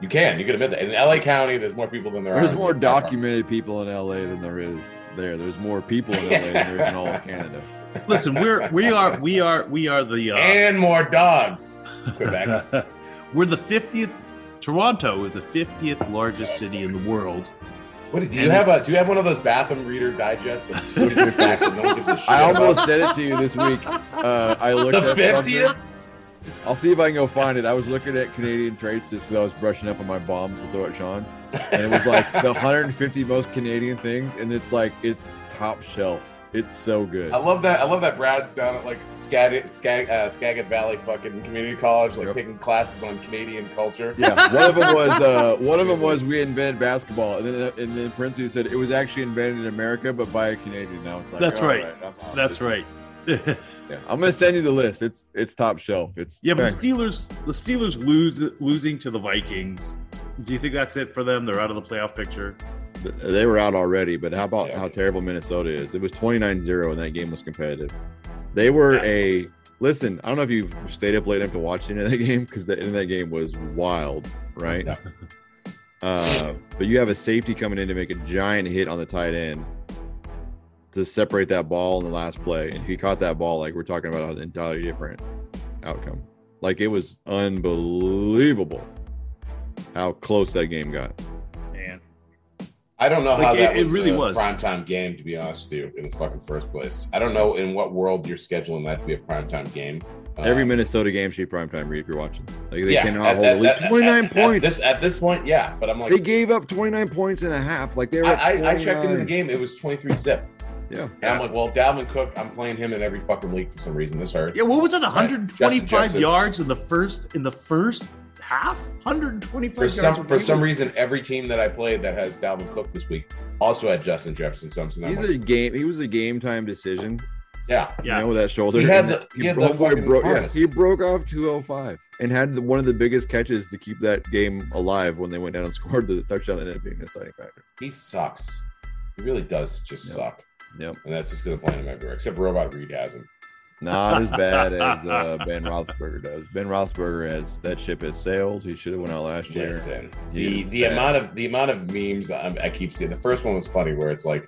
S4: You can, you can admit that. In LA County, there's more people than there are.
S2: There's
S4: in-
S2: more documented people in LA than there is there. There's more people in LA than there is in all of Canada.
S3: Listen, we're we are we are we are the uh,
S4: And more dogs. Quebec.
S3: we're the fiftieth. Toronto is the fiftieth largest city in the world.
S4: What do you
S3: And
S4: have? A, do you have one of those bathroom reader digests? of just looking at facts that no one gives a shit
S2: I
S4: about?
S2: almost said it to you this week. Uh, I looked
S4: The
S2: at something.
S4: 50th?
S2: I'll see if I can go find it. I was looking at Canadian traits just because I was brushing up on my bombs to throw at Sean, and it was like the 150 most Canadian things, and it's like it's top shelf. It's so good.
S4: I love that. I love that Brad's down at like Skag, Skag, uh, Skagit Valley fucking community college, like
S2: Yep.
S4: taking classes on Canadian culture.
S2: Yeah, one of them was uh, one of them was we invented basketball, and then and then parentheses said it was actually invented in America, but by a Canadian. And I was like,
S3: That's
S2: "All
S3: right.
S2: I'm out.
S3: That's
S2: This
S3: right.
S2: is- yeah. I'm gonna send you the list. It's it's top shelf. It's
S3: Yeah, but
S2: Okay.
S3: the Steelers, the Steelers lose losing to the Vikings. Do you think that's it for them? They're out of the playoff picture.
S2: they were out already. But how about
S4: Yeah.
S2: how terrible Minnesota is? It was 29-0, and that game was competitive. They were a listen. I don't know if you stayed up late enough to watch any of that game because the end of that game was wild, right?
S4: Yeah.
S2: Uh, but you have a safety coming in to make a giant hit on the tight end to separate that ball in the last play. And if he caught that ball, like we're talking about an entirely different outcome. Like it was unbelievable how close that game got.
S3: Man,
S4: I don't know
S3: Like,
S4: how
S3: it-
S4: that
S3: it
S4: was
S3: really
S4: a
S3: was.
S4: primetime game to be honest with you in the fucking first place. I don't know in what world you're scheduling that to be a primetime game. Uh,
S2: Every Minnesota game should be primetime read if you're watching. Like they
S4: yeah,
S2: cannot
S4: at-
S2: hold
S4: at-
S2: a lead.
S4: at- at-
S2: 29
S4: at
S2: points.
S4: this at this point, yeah. But I'm like,
S2: they gave up 29 points and a half. Like they were.
S4: I,
S2: at
S4: I, I checked into the
S2: 49.
S4: game. It was 23 zip.
S2: Yeah.
S4: And I'm like, well, Dalvin Cook, I'm playing him in every fucking league for some reason. This hurts.
S3: yeah, what was it?
S4: Justin
S3: 125
S4: Jefferson.
S3: yards in the first in the first half. 125
S4: for
S3: yards
S4: some for some reason, every team that I played that has Dalvin Cook this week also had Justin Jefferson. So I'm sitting there, I'm
S2: He's
S4: like,
S2: a game. He was a game time decision.
S4: yeah,
S3: Yeah.
S2: You know, with that shoulder.
S4: He had
S2: And
S4: the-
S2: he,
S4: he had the
S2: broke,
S4: fucking
S2: broke- yeah,
S4: harness.
S2: he broke off 205 and had the, one of the biggest catches to keep that game alive when they went down and scored the touchdown that ended up being the deciding factor.
S4: he sucks. He really does just
S2: Yeah.
S4: suck,
S2: Yep.
S4: and that's just gonna play him everywhere. Except Robot Reed has him.
S2: Not as bad as uh, Ben Roethlisberger does. Ben Roethlisberger has that ship has sailed. He should have went out last year.
S4: Listen,
S2: He
S4: the
S2: is
S4: the
S2: sad.
S4: amount of the amount of memes I'm, I keep seeing. The first one was funny, where it's like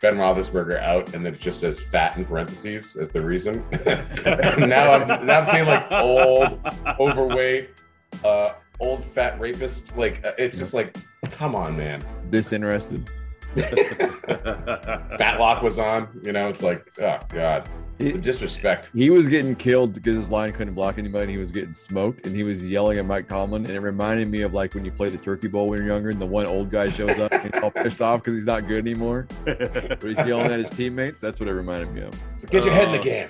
S4: Ben Roethlisberger out, and then it just says fat in parentheses as the reason. now I'm now I'm seeing like old, overweight, uh, old fat rapist. Like uh, it's just like, come on, man.
S2: Disinterested.
S4: Batlock was on. You know, it's like, oh god,
S2: He-
S4: the disrespect.
S2: he was getting killed because his line couldn't block anybody. And he was getting smoked, and he was yelling at Mike Tomlin. And it reminded me of like when you play the Turkey Bowl when you're younger, and the one old guy shows up and he's all pissed off because he's not good anymore, but he's yelling at his teammates. That's what it reminded me of.
S4: Get your head in the
S3: Uh,
S4: game.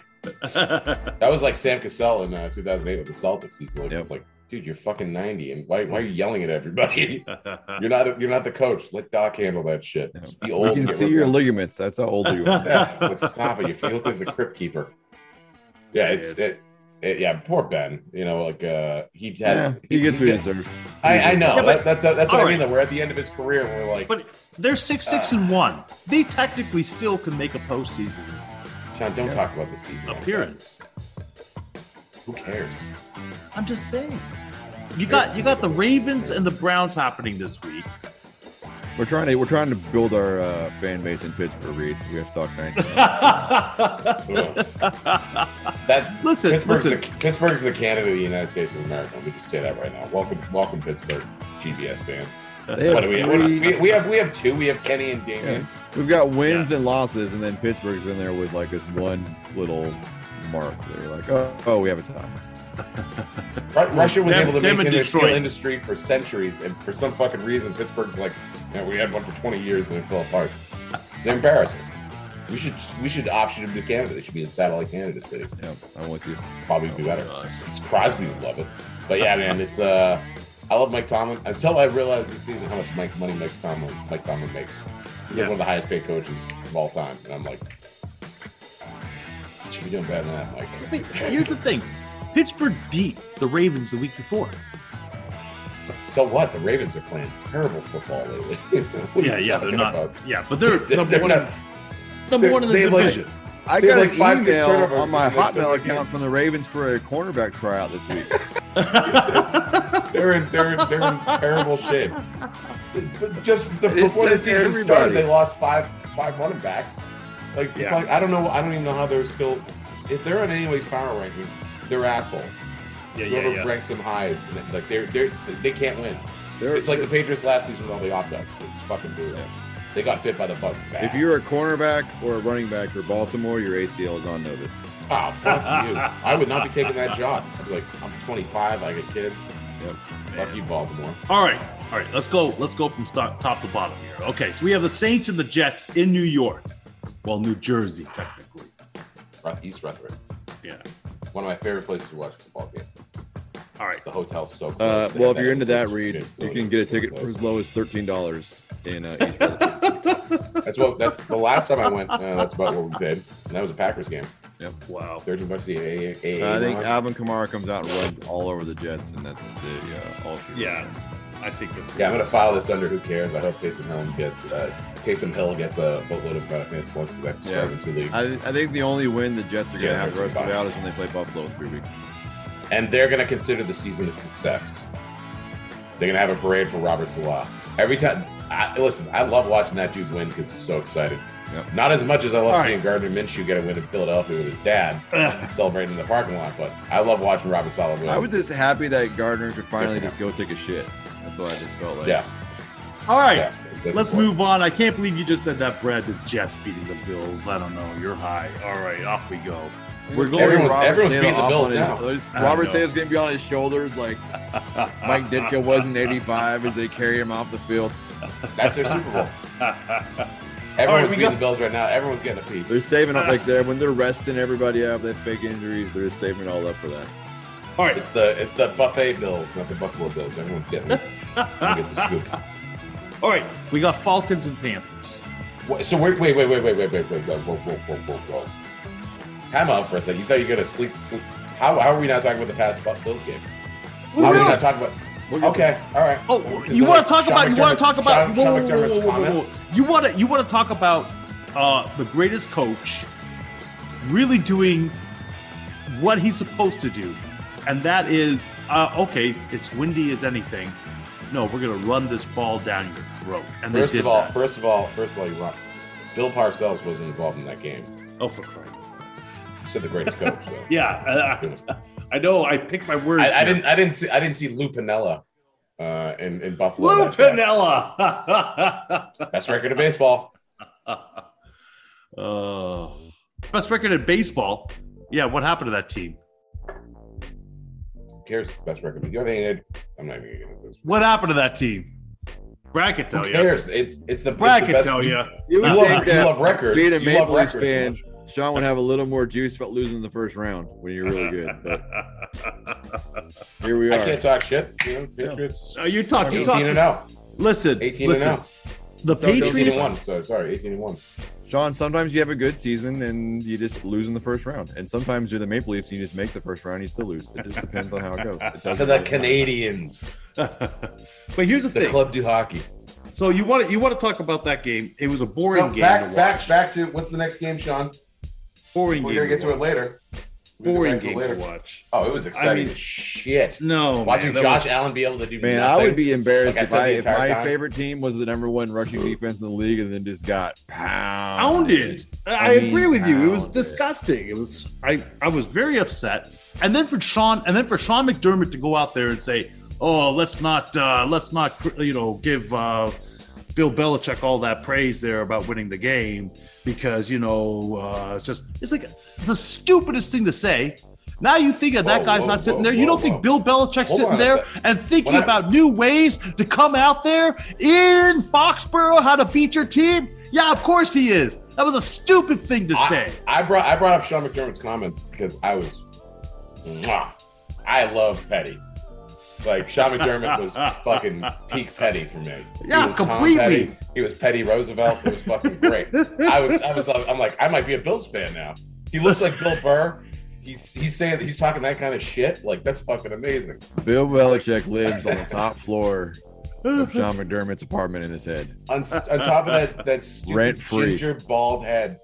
S4: That was like Sam Cassell in uh, 2008 with the Celtics. He's like,
S2: Yep.
S4: it's like, dude, you're fucking 90. And why, why are you yelling at everybody? You're not you're not the coach. Let Doc handle that shit. Just Be
S2: You
S4: old.
S2: can
S4: get
S2: see your
S4: rid of
S2: ligaments. That's how old you are.
S4: it. Yeah, like, stop it. You feel like the crypt keeper. Yeah, it's it, it yeah, poor Ben. You know, like uh he had
S2: Yeah, he gets what
S4: he's
S2: he
S4: got-
S2: deserves.
S4: I, I know.
S3: Yeah, but-
S4: that, that, that- that's what I
S3: all
S4: mean.
S3: right.
S4: That we're at the end of his career and we're like
S3: But they're six six and one. They technically still can make a postseason
S4: Sean, don't
S2: Yeah.
S4: talk about the season. man.
S3: appearance.
S4: Who cares?
S3: I'm just saying. You got you got the Ravens and the Browns happening this week.
S2: We're trying to we're trying to build our uh, fan base in Pittsburgh. Reed. We have to talk nice.
S4: Ugh. that
S3: Listen,
S4: Pittsburgh's
S3: listen.
S4: the Pittsburgh's the Canada of the United States of America. Let me just say that right now. Welcome, welcome Pittsburgh GBS fans.
S2: They have
S4: What do we, what do we,
S2: three,
S4: we, we have we have two. We have Kenny and Damien.
S2: we've got wins and losses, and then Pittsburgh's in there with like this one little mark. They're like, oh, oh, we have a tie.
S4: Ru- Russia was
S3: Them-
S4: able to
S3: them
S4: maintain
S3: and
S4: their steel
S3: Detroit.
S4: industry for centuries, and for some fucking reason, Pittsburgh's like, "Yeah, we had one for 20 years and it fell apart. They're embarrassing. We should we should option them to Canada. They should be a satellite Canada city.
S2: Yep, I'm with you.
S4: Probably be better.
S3: Oh,
S4: It's Crosby would love it. But yeah, man, it's uh, I love Mike Tomlin until I realized this season how much Mike money Mike Tomlin Mike Tomlin makes. He's
S3: Yeah.
S4: like one of the highest paid coaches of all time, and I'm like, you should be doing better than that, Mike.
S3: But here's the thing: Pittsburgh beat the Ravens the week before.
S4: So what? The Ravens are playing terrible football lately. What are
S3: Yeah,
S4: you
S3: yeah, they're
S4: talking
S3: not.
S4: about?
S3: Yeah, but they're
S4: They're,
S3: number
S4: they're
S3: one.
S4: not,
S3: number
S4: they're-
S3: one in
S4: they
S3: the
S4: have, like,
S3: division.
S2: I
S4: They
S2: got
S4: had, like,
S2: an
S4: five, six
S2: email
S4: turnovers
S2: on my
S4: in the next
S2: Hotmail
S4: game.
S2: account from the Ravens for a cornerback tryout this week.
S4: they're in they're in, they're in terrible shape. But Just the,
S2: It is
S4: before the
S2: just
S4: season
S2: everybody.
S4: started, they lost five five running backs. Like,
S3: Yeah.
S4: like, I don't know, I don't even know how they're still. If they're in any way power rankings, they're assholes.
S3: Yeah, yeah,
S4: Whoever
S3: yeah.
S4: ranks them high is like they're they they can't win.
S2: They're-
S4: It's like the Patriots last season with all the opt outs. It's fucking brutal. They got bit by the bug. bad.
S2: if you're a cornerback or a running back for Baltimore, your ACL is on notice. Uh,
S4: Oh, fuck you. I would not be taking that job. I'd be like, I'm 25, I got kids.
S2: Yep.
S4: Fuck you, Baltimore.
S3: All right, all right. Let's go. Let's go from start, top to bottom here. Okay, so we have the Saints and the Jets in New York. Well, New Jersey, technically.
S4: Ruth- East Rutherford.
S3: Yeah.
S4: One of my favorite places to watch a football game.
S3: All right.
S4: The hotel's so close.
S2: Uh,
S4: They
S2: well,
S4: have
S2: if you're
S4: that
S2: into
S4: little
S2: that, Reed,
S4: shit, so
S2: you
S4: it's
S2: can get a
S4: so
S2: ticket for
S4: close.
S2: as low as thirteen dollars in uh, East Rutherford.
S4: That's what. That's the last time I went. Uh, that's about what we did, and that was a Packers game.
S3: Wow.
S4: Thirteen bucks the AA.
S2: I think Alvin Kamara comes out and runs all over the Jets, and that's the uh, all.
S3: Yeah, I think this.
S4: yeah, I'm gonna
S3: was-
S4: file this under. Who cares? I hope Taysom Hill gets. Uh, Taysom Hill gets a boatload of benefits once because I've started in two leagues,
S2: I, I think the only win the Jets are going to
S4: Yeah,
S2: have the rest of the way out is when they play Buffalo in three weeks.
S4: and they're gonna consider the season a success. They're gonna have a parade for Robert Salah every time. I, listen, I love watching that dude win because it's so exciting.
S2: Yep.
S4: Not as much as I love
S3: All
S4: seeing Gardner Minshew get a win in Philadelphia with his dad
S3: Ugh.
S4: celebrating in the parking lot, but I love watching Robert Salah win.
S2: I was just happy that Gardner could finally
S4: Yeah.
S2: just go take a shit. That's what I just felt like.
S4: yeah.
S3: All right.
S4: yeah that's
S3: Let's
S4: important.
S3: move on. I can't believe you just said that, Brad. The Jets beating the Bills. I don't know. You're high. All right, off we go. We're going.
S4: Everyone's-
S2: Robert
S4: everyone's
S2: Sala
S4: beating the
S2: off
S4: Bills
S2: on his-
S4: now.
S3: I
S2: Robert
S3: know.
S2: Sala's going to be on his shoulders like Mike Ditka was in '85 as they carry him off the field.
S4: That's their Super Bowl.
S3: All right,
S4: Everyone's
S3: we
S4: beating
S3: got-
S4: the Bills right now. Everyone's getting a piece.
S2: They're saving up like they're when they're resting everybody up. They have fake injuries. They're just saving it all up for that.
S3: All right.
S4: It's the it's the buffet bills, not the Buffalo Bills. Everyone's getting. gonna get the scoop.
S3: All right. We got Falcons and Panthers.
S4: Wha- So wait, wait, wait, wait, wait, wait, wait, wait, whoa, whoa, whoa, whoa, whoa, whoa. Time out for a second. You thought you were gonna sleep? sleep. How, how are we not talking about the past Bu- Bills game? How are we not talking about?
S2: We'll get
S4: Okay, all right.
S3: Oh,
S4: Because
S3: you
S4: then,
S3: want
S4: like,
S3: to talk
S4: Sean
S3: about? You want
S4: McDermott-
S3: to talk about?
S4: Sean,
S3: whoa, whoa,
S4: Sean
S3: whoa,
S4: McDermott's
S3: whoa, whoa, whoa.
S4: comments?
S3: You want to? You want to talk about uh, the greatest coach really doing what he's supposed to do, and that is uh, okay. It's windy as anything. No, we're gonna run this ball down your throat. And
S4: First
S3: they did
S4: of all,
S3: that.
S4: first of all, first of all, you're wrong. Bill Parcells wasn't involved in that game.
S3: oh for crying.
S4: You said the greatest coach. though.
S3: Yeah, I, I know. I picked my words.
S4: I,
S3: here.
S4: I didn't. I didn't see. I didn't see Lou Pinella uh, in, in Buffalo.
S3: Lou
S4: last year.
S3: Pinella.
S4: Best record of baseball.
S3: Oh, best record in baseball. Yeah, what happened to that team?
S4: Who cares? It's the best record. You know, they did. I'm not even gonna get into this.
S3: What happened to that team? Bracket tell
S4: Who
S3: you.
S4: cares? It's it's the it's the
S3: Bracket
S4: best-
S3: tell you.
S2: You
S4: You
S2: would
S4: love,
S2: think
S4: you
S2: that
S4: love records.
S2: being a
S4: you love
S2: Maple Leafs
S4: records. so
S2: fan
S4: much.
S2: Sean would have a little more juice about losing in the first round when you're really good. But here we
S4: I
S2: are.
S4: can't talk shit. You know, Patriots
S3: No, you're talking. You're
S4: 18
S3: talking.
S4: and 0.
S3: Listen,
S4: 18
S3: Uh, listen.
S4: and 0.
S3: The
S2: So 18 and
S4: 18 and
S3: Patriots.
S4: 1. So, sorry, 18 and 1.
S2: Sean, sometimes you have a good season and you just lose in the first round. And sometimes you're the Maple Leafs and you just make the first round and you still lose. It just depends on how it goes. It doesn't
S4: To the
S2: really
S4: Canadians,
S3: but here's the
S4: the
S3: thing.
S4: club do hockey.
S3: So you want to you want to talk about that game? It was a boring
S4: No,
S3: game. to
S4: back,
S3: watch.
S4: back, back to what's the next game, Sean?
S3: Boring
S4: We're
S3: game.
S4: gonna get to it
S3: watch.
S4: later. We're gonna
S3: Boring
S4: get back to it
S3: game to
S4: later.
S3: watch.
S4: Oh, it was exciting.
S3: mean-
S4: as shit.
S3: No,
S4: Watching
S3: man, that
S4: Josh
S3: was-
S4: Allen be able to do
S2: Man,
S4: nothing.
S2: I would be embarrassed
S4: Like I
S2: if
S4: said
S2: I
S4: the
S2: if
S4: entire
S2: my
S4: time.
S2: favorite team was the number one rushing defense in the league and then just got pounded.
S4: Um,
S3: pounded. I,
S2: I mean,
S3: agree with you. It was
S2: pounded.
S3: disgusting. It was I, I was very upset. And then for Sean and then for Sean McDermott to go out there and say, "Oh, let's not uh, let's not cr- you know give uh, Bill Belichick all that praise there about winning the game because you know uh, it's just it's like the stupidest thing to say." Now you think that that
S4: Whoa,
S3: guy's
S4: whoa,
S3: not sitting
S4: whoa,
S3: there. you
S4: whoa,
S3: don't think Bill
S4: whoa.
S3: Belichick's
S4: Hold on
S3: sitting
S4: a
S3: there
S4: sec.
S3: and thinking
S4: When I-
S3: about new ways to come out there in Foxborough how to beat your team? Yeah, of course he is. That was a stupid thing to say.
S4: I, I brought I brought up Sean McDermott's comments because I was, mwah, I love Petty. Like Sean McDermott was fucking peak Petty for me. He
S3: Yeah,
S4: was Tom
S3: completely.
S4: Petty. He was Petty Roosevelt. It was fucking great. I was I was uh, I'm like I might be a Bills fan now. He looks like Bill Burr. He's he's saying that he's talking that kind of shit. Like that's fucking amazing.
S2: Bill Belichick lives on the top floor of Sean McDermott's apartment in his head.
S4: On, s- on top of that that stupid
S2: Rent-free.
S4: ginger bald head,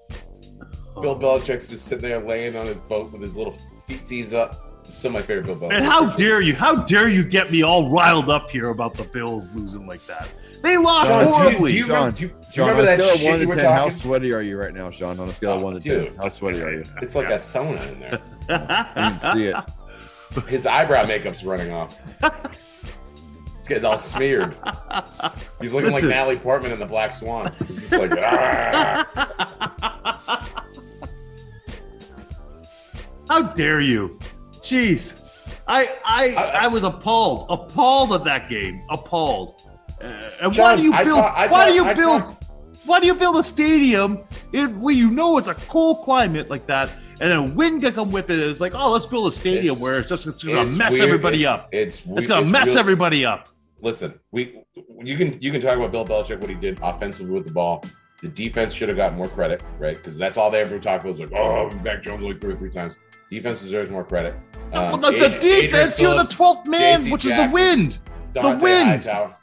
S4: Bill Belichick's just sitting there laying on his boat with his little feetsies up. Still my favorite Bill Belichick.
S3: And how dare you? How dare you get me all riled up here about the Bills losing like that? They lost
S2: Sean,
S4: Sean, do you,
S3: horribly.
S4: do you
S2: Sean,
S4: remember, do you, do you
S2: Sean, on
S4: remember
S2: a
S4: that
S2: scale of
S4: shit
S2: one to
S4: you were
S2: ten, how
S4: talking?
S2: sweaty are you right now, Sean? On a scale of
S4: Oh,
S2: one to
S4: dude.
S2: ten, how sweaty are you?
S4: It's like a sauna in there.
S2: I can see it.
S4: His eyebrow makeup's running off. It's getting all smeared. He's looking
S3: Listen.
S4: like Natalie Portman in The Black Swan. He's just like, "Ah."
S3: How dare you? Jeez. I I
S4: I-
S3: I was appalled, appalled at that game, appalled. Uh, and why
S4: John,
S3: do you
S4: I
S3: build?
S4: talk- I
S3: why do
S4: talk-
S3: you
S4: I
S3: build?
S4: talk-
S3: why do you build a stadium in, where you know it's a cold climate like that, and a wind can come with it? It's like, oh, let's build a stadium
S4: It's-
S3: where it's just it's gonna
S4: It's
S3: mess
S4: weird.
S3: everybody
S4: It's-
S3: up.
S4: It's we-
S3: It's gonna mess
S4: real-
S3: everybody up.
S4: Listen, we you can you can talk about Bill Belichick what he did offensively with the ball. The defense should have got more credit, right? Because that's all they ever talked about was like, oh, Mac Jones only threw it three times. Defense deserves more credit.
S3: Well,
S4: Um,
S3: the, the
S4: Adrian- Adrian
S3: defense, you're the
S4: Phillips,
S3: 12th man,
S4: J.C.
S3: which is
S4: Jackson.
S3: the wind.
S4: Dante
S3: wind.
S4: Hightower.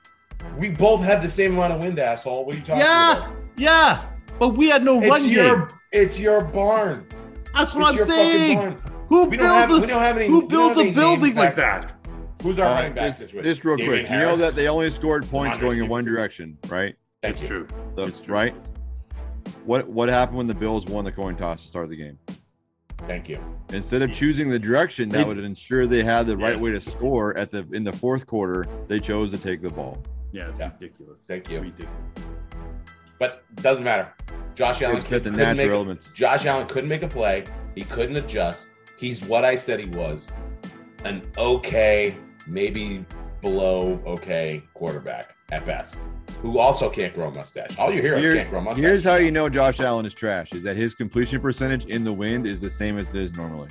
S4: We both had the same amount of wind, asshole. What are you talking
S3: Yeah,
S4: about?
S3: yeah. But we had no run
S4: It's your
S3: game.
S4: it's your barn.
S3: That's
S4: it's
S3: what
S4: your
S3: I'm saying.
S4: fucking barn.
S3: Who
S4: We
S3: built
S4: don't have we
S3: the
S4: don't have any.
S3: Who
S4: we don't
S3: builds
S4: have
S3: a
S4: any
S3: building
S4: names
S3: like
S4: back-
S3: that?
S4: Who's our
S2: Uh,
S4: running back
S2: just,
S4: situation?
S2: just real
S4: Damian
S2: quick, you know
S4: Harris?
S2: that they only scored points
S4: DeMondre
S2: going in one
S4: Stevenson.
S2: direction, right?
S4: Thank you.
S3: true.
S2: The-
S3: It's true.
S2: right. What what happened when the Bills won the coin toss to start the game?
S4: Thank you.
S2: Instead of choosing the direction that would ensure they had the right
S3: Yeah.
S2: way to score at the in the fourth quarter, they chose to take the ball.
S3: Yeah, it's
S4: Yeah.
S3: ridiculous.
S4: Thank you.
S3: Ridiculous.
S4: But doesn't matter. Josh Allen
S2: Except the
S4: couldn't make
S2: natural
S4: a-
S2: elements.
S4: Josh Allen couldn't make a play. He couldn't adjust. He's what I said he was. An okay, maybe below okay quarterback at best. Who also can't grow a mustache. All you hear is
S2: Here-
S4: can't grow a mustache.
S2: Here's how you know Josh Allen is trash: is that his completion percentage in the wind is the same as it is normally.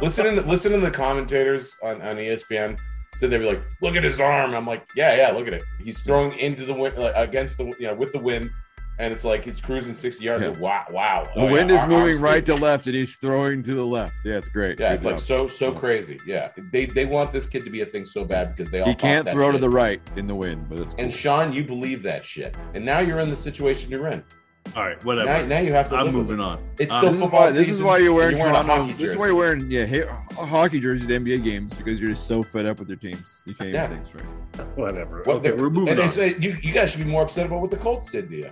S4: listen in the, listen in the commentators on, on E ESPN said they were like, look at his arm. I'm like, yeah, yeah, look at it. He's throwing into the wind, like, against the, you know, with the wind, and it's like it's cruising 60 yards.
S2: Yeah.
S4: Wow, wow.
S2: The
S4: Oh, yeah,
S2: wind is
S4: our-
S2: moving
S4: arms
S2: right
S4: too.
S2: to left, and he's throwing to the left. Yeah, it's great.
S4: Yeah,
S2: Good
S4: it's like
S2: job.
S4: so so
S2: Yeah.
S4: crazy. Yeah, they they want this kid to be a thing so bad because they all
S2: he
S4: thought
S2: can't
S4: that
S2: throw to
S4: shit.
S2: the right in the wind, but it's cool.
S4: And Sean, you believe that shit, and now you're in the situation you're in.
S3: All right,
S4: Now,
S3: whatever.
S4: now you have to.
S3: I'm
S4: live with
S3: moving
S4: it.
S3: on.
S4: It's
S3: Uh,
S4: still
S2: this is
S4: football
S2: why this is
S4: season,
S2: why you're
S4: and
S2: wearing
S4: you're wearing a
S2: Toronto.
S4: hockey
S2: This is
S4: jersey.
S2: why you're wearing yeah hey, a hockey jerseys at NBA games because you're just so fed up with your teams. You can't
S4: Yeah.
S2: even think straight.
S3: whatever.
S4: What
S3: okay,
S4: the-
S3: we're moving
S4: And
S3: on.
S4: it's a, you, you guys should be more upset about what the Colts did to you.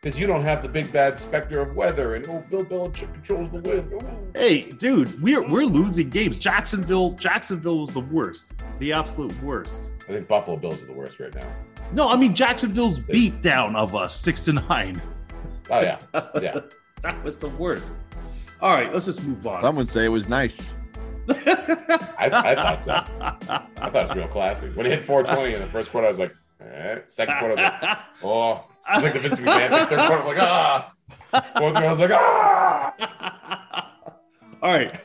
S4: Because you don't have the big bad specter of weather and oh, Bill Belichick controls the wind. Ooh.
S3: hey, dude, we're we're losing games. Jacksonville, Jacksonville was the worst, the absolute worst.
S4: I think Buffalo Bills are the worst right now.
S3: No, I mean Jacksonville's beat down of us six to nine.
S4: Oh, yeah. Yeah.
S3: that was the worst. All right, let's just move on.
S2: Some would say it was nice.
S4: I, I thought so. I thought it was real classic. When it hit 420 in the first quarter, I was like, eh. second quarter, I was like, oh, It's like the Vince McMahon like, third quarter, like ah, fourth quarter, I was like ah.
S3: All right.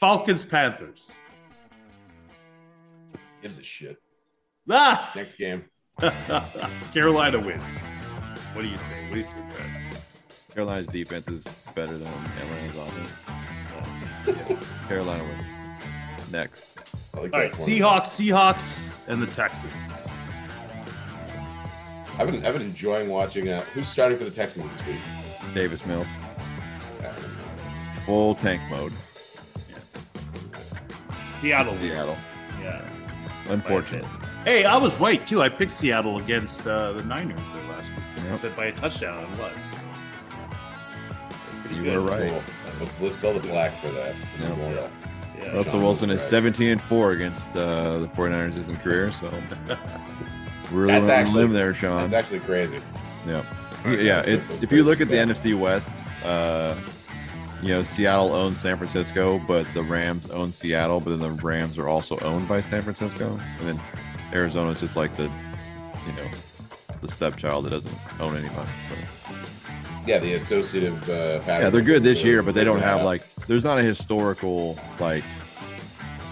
S3: Falcons Panthers.
S4: Gives a shit.
S3: Ah!
S4: Next game,
S3: Carolina wins. What do you say? What do you say, Brad?
S2: Carolina's defense is better than Atlanta's offense. So, yes, Carolina wins. Next.
S4: I like
S3: All right,
S4: that one.
S3: Seahawks, Seahawks, and the Texans.
S4: I've been I've been enjoying watching. Uh, who's starting for the Texans this week? Uh,
S2: Davis Mills.
S4: I don't know.
S2: Full tank mode.
S3: Seattle.
S2: Seattle.
S3: Wins. Yeah.
S2: Unfortunate.
S3: Hey, I was right too. I picked Seattle against uh, the Niners there last week. I
S2: Yep.
S3: said by a touchdown. It was. Pretty
S2: You
S3: good.
S2: were right.
S4: Cool. Let's let's build a plaque for that.
S2: Yeah.
S4: Memorial.
S3: Yeah.
S2: Russell
S4: Sean
S2: Wilson
S4: was
S2: is
S4: right.
S2: 17 and 4 against uh, the 49ers in his career, so we're
S4: That's
S2: on a
S4: actually-
S2: limb there, Sean.
S4: That's actually crazy.
S2: Yeah, yeah. It, if you look at the NFC West, uh, you know Seattle owns San Francisco, but the Rams own Seattle, but then the Rams are also owned by San Francisco, and then Arizona's just like the, you know, the stepchild that doesn't own anybody. So,
S4: Yeah, the associative. Uh, pattern.
S2: yeah, they're good this year, but they don't have
S4: Yeah.
S2: like there's not a historical like,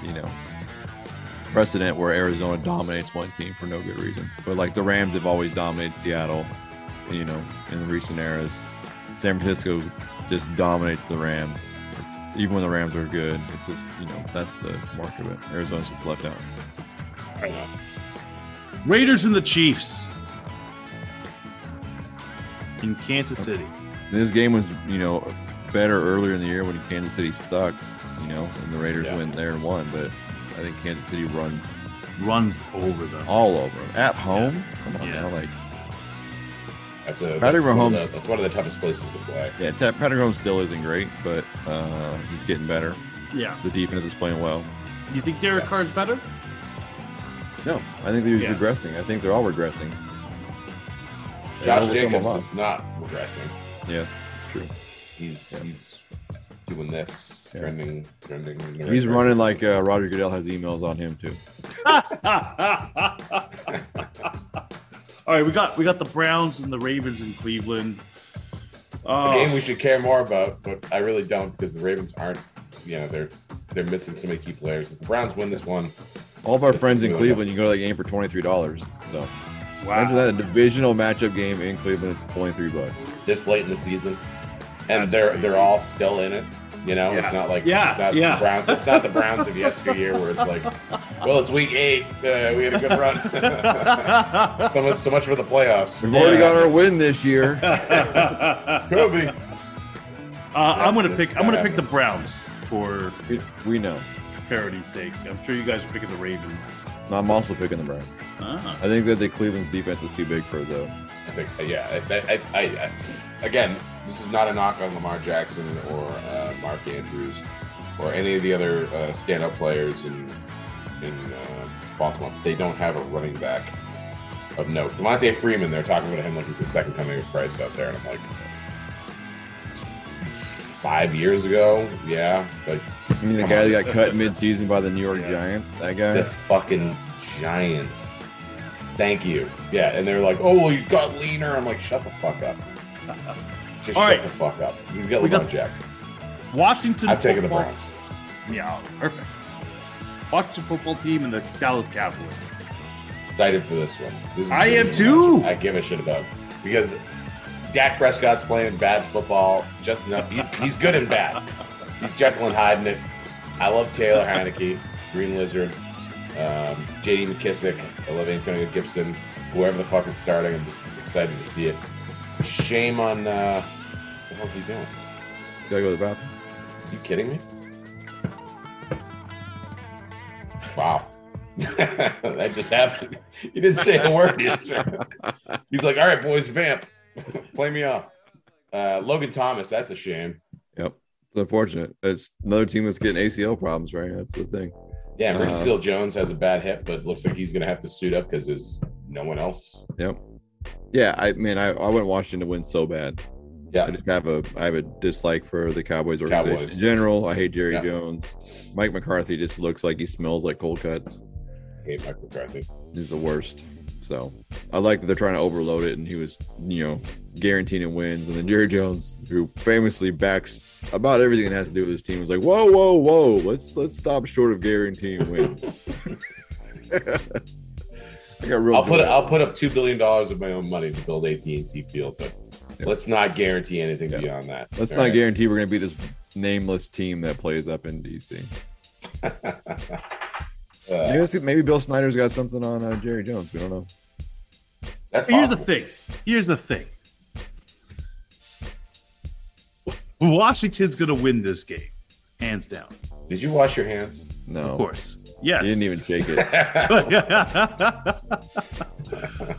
S2: you know. Precedent where Arizona dominates one team for no good reason, but like the Rams have always dominated Seattle, you know, in recent eras. San Francisco just dominates the Rams. It's even when the Rams are good, it's just you know that's the mark of it. Arizona's just left out.
S3: Raiders and the Chiefs in Kansas City.
S2: This game was you know better earlier in the year when Kansas City sucked, you know, and the Raiders
S4: Yeah.
S2: went there and won. But I think Kansas City runs
S3: Runs over them.
S2: all over them at home. Come on
S3: Yeah.
S2: now, like
S4: That's a,
S2: Patrick
S4: that's one of
S2: Mahomes-
S4: the- That's one of the toughest places to play.
S2: yeah, Ta- Patrick Holmes still isn't great, but uh, he's getting better.
S3: Yeah.
S2: The defense is playing well.
S3: You think Derek
S4: Yeah.
S3: Carr's better?
S2: No, I think they're
S3: Yeah.
S2: regressing. I think they're all regressing. They
S4: Josh
S2: overcome a
S4: Jacobs
S2: lot.
S4: is not regressing.
S2: Yes, it's true.
S4: He's
S2: Yeah.
S4: he's doing this,
S2: Yeah.
S4: trending, trending. in the
S2: He's
S4: right
S2: running like uh, Roger Goodell has emails on him too.
S3: all right, we got we got the Browns and the Ravens in Cleveland.
S4: A
S3: Uh,
S4: game we should care more about, but I really don't because the Ravens aren't. You know, they're they're missing so many key players. If the Browns win this one,
S2: All of our
S4: That's
S2: friends in
S4: really
S2: Cleveland, you can go to that game for twenty three dollars. So
S3: wow.
S2: imagine that a divisional matchup game in Cleveland, it's twenty three bucks.
S4: this late in the season, and
S3: That's
S4: they're
S3: crazy.
S4: they're all still in it. You know,
S3: Yeah.
S4: it's not like
S3: Yeah,
S4: it's not
S3: yeah.
S4: the Browns. It's not the Browns of yesteryear where it's like, well, it's week eight. Uh, we had a good run. so much, so much for the playoffs.
S2: We've already
S4: Yeah.
S2: got our win this year.
S3: uh,
S4: Kobe.
S3: I'm gonna pick. I'm gonna
S4: That
S3: pick the
S4: happens.
S3: Browns for
S2: We- we know.
S3: parity's sake. I'm sure you guys are picking the Ravens.
S2: No, I'm also picking the Browns.
S3: Ah.
S2: I think that the Cleveland's defense is too big for the.
S4: I think, uh, yeah. I, I, I, I, again, this is not a knock on Lamar Jackson or uh, Mark Andrews or any of the other uh, stand-up players in in uh, Baltimore. They don't have a running back of note. Devontae Freeman, they're talking about him like he's the second coming of Christ out there, and I'm like, five years ago, yeah, like
S2: I mean, the
S4: Come
S2: guy
S4: on.
S2: that got cut midseason by the New York
S3: Yeah.
S2: Giants. That guy.
S4: the fucking Giants. Thank you. Yeah, and they're like, oh, well, you got leaner. I'm like, shut the fuck up. Just
S3: All
S4: shut
S3: right.
S4: the fuck up. He's got
S3: We got-
S4: Lamar Jackson.
S3: Washington.
S4: I'm taking the
S3: football-
S4: Browns.
S3: Yeah, perfect. Washington football team and the Dallas Cowboys.
S4: Excited for this one. This is
S3: I am
S4: gonna be
S3: too.
S4: a matchup I give a shit about because Dak Prescott's playing bad football just enough. He's he's good and bad. He's Jekyll and Hyde in it. I love Taylor Heineke, Green Lizard, um, J.D. McKissick. I love Antonio Gibson. Whoever the fuck is starting, I'm just excited to see it. Shame on uh, what the hell's he doing?
S2: He's got to go to the bathroom.
S4: you kidding me? Wow. that just happened. He didn't say a word. He just- He's like, all right, boys, vamp. Play me off. Uh, Logan Thomas, that's a shame.
S2: Yep. It's unfortunate. It's another team that's getting ACL problems, right? That's the thing.
S4: Yeah, Ricky
S2: Uh,
S4: Seal Jones has a bad hip, but looks like he's going to have to suit up because there's no one else.
S2: Yep. Yeah, I mean, I, I went Washington to win so bad. I
S4: Yeah.
S2: just have a I have a dislike for the Cowboys organization
S4: Cowboys.
S2: in general. I hate Jerry
S4: Yeah.
S2: Jones. Mike McCarthy just looks like he smells like cold cuts.
S4: I hate Mike McCarthy.
S2: He's the worst. So I like that they're trying to overload it, and he was, you know, guaranteeing it wins. And then Jerry Jones, who famously backs about everything that has to do with his team, was like, "Whoa, whoa, whoa! Let's let's stop short of guaranteeing wins." I got real.
S4: I'll put
S2: joy.
S4: I'll put up two billion dollars of my own money to build AT and T Field, but
S2: Yeah.
S4: let's not guarantee anything
S2: Yeah.
S4: beyond that.
S2: Let's
S4: All
S2: not
S4: right?
S2: guarantee we're gonna be this nameless team that plays up in DC.
S4: Uh,
S2: Maybe, maybe Bill Snyder's got something on uh, Jerry Jones. We don't know.
S4: that's
S3: Here's the
S4: possible.
S3: thing. Here's the thing. Washington's going to win this game, hands down.
S4: Did you wash your hands?
S2: No,
S3: Of course. Yes.
S2: he Oh. didn't even shake it.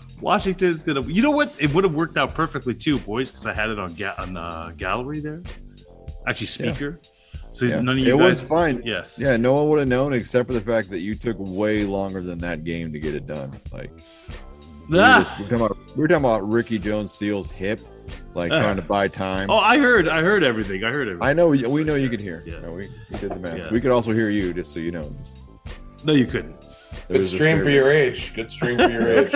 S3: Washington's gonna. You know what? It would have worked out perfectly too, boys, because I had it on ga- on the gallery there. Actually,
S2: Yeah.
S3: speaker. So
S2: Yeah.
S3: none of
S2: It
S3: you guys.
S2: was fine.
S3: Yeah.
S2: Yeah, no one would have known except for the fact that you took way longer than that game to get it done. Like we were, just-
S3: Ah!
S2: we were talking, about, we were talking about Ricky Jones Seal's hip, like
S3: Ah.
S2: trying to buy time.
S3: Oh, I heard. I heard everything. I heard everything.
S2: I know we know you could hear.
S3: Yeah.
S2: No, we, we did the math.
S3: Yeah.
S2: We could also hear you, just so you know. Just-
S3: no, you couldn't.
S2: there
S4: Good
S2: was a
S4: stream for
S2: fair-
S4: your age. Good stream for your age.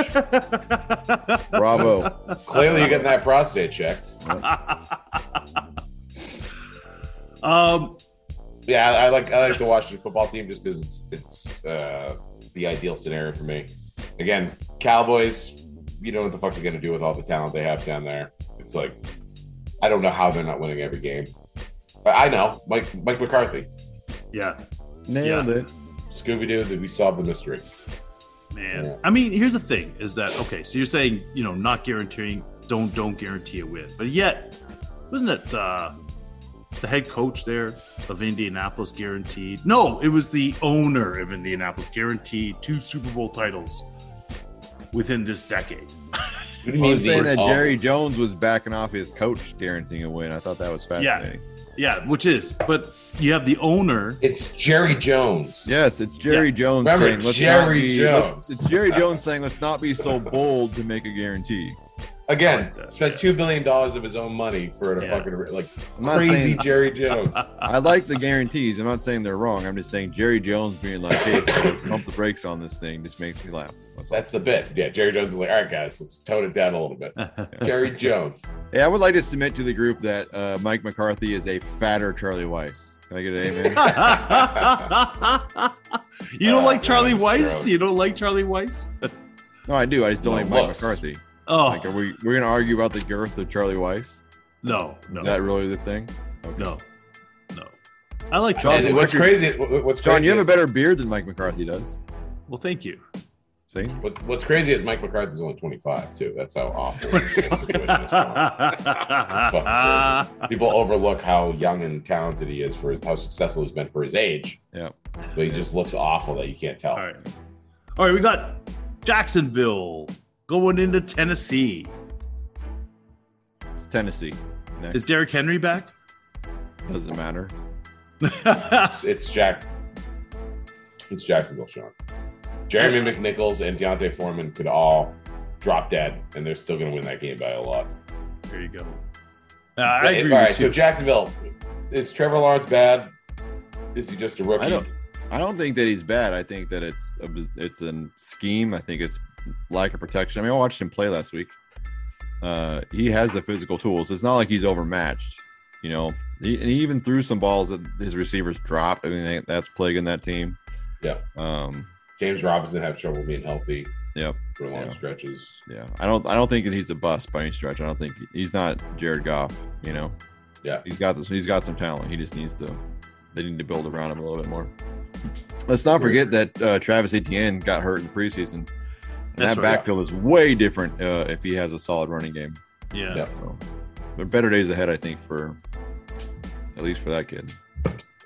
S2: Bravo.
S4: Clearly, you're getting that prostate checked.
S3: um.
S4: Yeah, I, I like I like the Washington football team just because it's it's uh, the ideal scenario for me. Again, Cowboys, you know what the fuck they're gonna do with all the talent they have down there. It's like I don't know how they're not winning every game. I I know Mike Mike McCarthy,
S3: Yeah.
S2: Nailed
S3: Yeah.
S2: it.
S4: Scooby Doo. That we solved the mystery.
S3: Man,
S4: Yeah.
S3: I mean, here's the thing: is that okay? So you're saying you know not guaranteeing, don't don't guarantee a win, but yet, wasn't it uh, the head coach there of Indianapolis guaranteed? No, it was the owner of Indianapolis guaranteed two Super Bowl titles within this decade.
S4: What do
S2: I was saying
S4: the-
S2: that
S4: oh,
S2: Jerry Jones was backing off his coach guaranteeing a win. I thought that was fascinating.
S3: Yeah, which is, but you have the owner.
S4: It's Jerry Jones.
S2: Yes, it's Jerry Jones
S4: Remember,
S2: saying, let's not
S4: Jerry
S2: be,
S4: Jones.
S2: let's- it's Jerry Jones saying, let's not be so bold to make a guarantee.
S4: Again,
S3: I like that,
S4: spent
S3: yeah.
S4: two billion dollars of his own money for a
S3: Yeah.
S4: fucking like
S2: I'm not
S4: crazy
S2: saying
S4: Jerry Jones.
S2: I like the guarantees. I'm not saying they're wrong. I'm just saying Jerry Jones being like, hey, pump the brakes on this thing just makes me laugh. That's all.
S4: That's the bit. Yeah, Jerry Jones is like, all right, guys, let's tone it down a little bit. Jerry Jones.
S2: Hey, I would like to submit to the group that uh, Mike McCarthy is a fatter Charlie Weiss. Can I get an amen?
S3: you don't
S4: Uh,
S3: like Charlie
S4: Ryan's
S3: Weiss?
S4: throat.
S3: You don't like Charlie Weiss?
S2: no, I do. I just don't
S4: No,
S2: like Mike
S4: looks.
S2: McCarthy.
S3: Oh
S2: Like, are we we're gonna argue about the girth of Charlie Weiss?
S3: no,
S2: Is
S3: no,
S2: that really the thing? Okay.
S3: no, no. I like
S2: John,
S3: Charlie.
S4: And what's
S2: your-
S4: crazy? what- What's
S2: John,
S4: crazy
S2: you have a
S4: is-
S2: better beard than Mike McCarthy does.
S3: Well, thank you.
S2: See?
S4: What, what's crazy is Mike McCarthy's only 25 too. That's how awful. the situation is now. fucking
S3: yeah,
S4: People overlook how young and talented he is for his, how successful he's been for his age,
S2: Yeah.
S4: but he just looks awful that you can't tell.
S3: All right. All right, we got Jacksonville going into Tennessee.
S2: It's Tennessee. Next
S3: Is Derrick Henry back?
S2: doesn't matter.
S4: It's Jack. It's Jacksonville, Sean. Jeremy McNichols and Deontay Foreman could all drop dead, and they're still going to win that game by a lot.
S3: there you go. Uh, I
S4: All
S3: agree
S4: right,
S3: with
S4: so
S3: you.
S4: Jacksonville is Trevor Lawrence bad? Is he just a rookie?
S2: I don't- I don't think that he's bad. I think that it's a, it's a scheme. I think it's lack of protection. I mean, I watched him play last week. Uh, he has the physical tools. It's not like he's overmatched. You know, he, and he even threw some balls that his receivers dropped. I mean, they, that's plaguing that team.
S4: Yeah.
S2: Um.
S4: James Robinson had trouble being healthy
S2: Yep.
S4: for long
S2: Yeah.
S4: stretches.
S2: Yeah. I don't. I don't think that he's a bust by any stretch. I don't think he's not Jared Goff. You know.
S4: Yeah.
S2: He's got this. He's got some talent. He just needs to. They need to build around him a little bit more. Let's not forget that uh, Travis Etienne got hurt in the preseason. And
S3: That's
S2: that
S3: right.
S2: backfield is way different uh, if he has a solid running game.
S3: yeah.
S4: Yeah.
S2: So there are better days ahead, I think, for at least for that kid.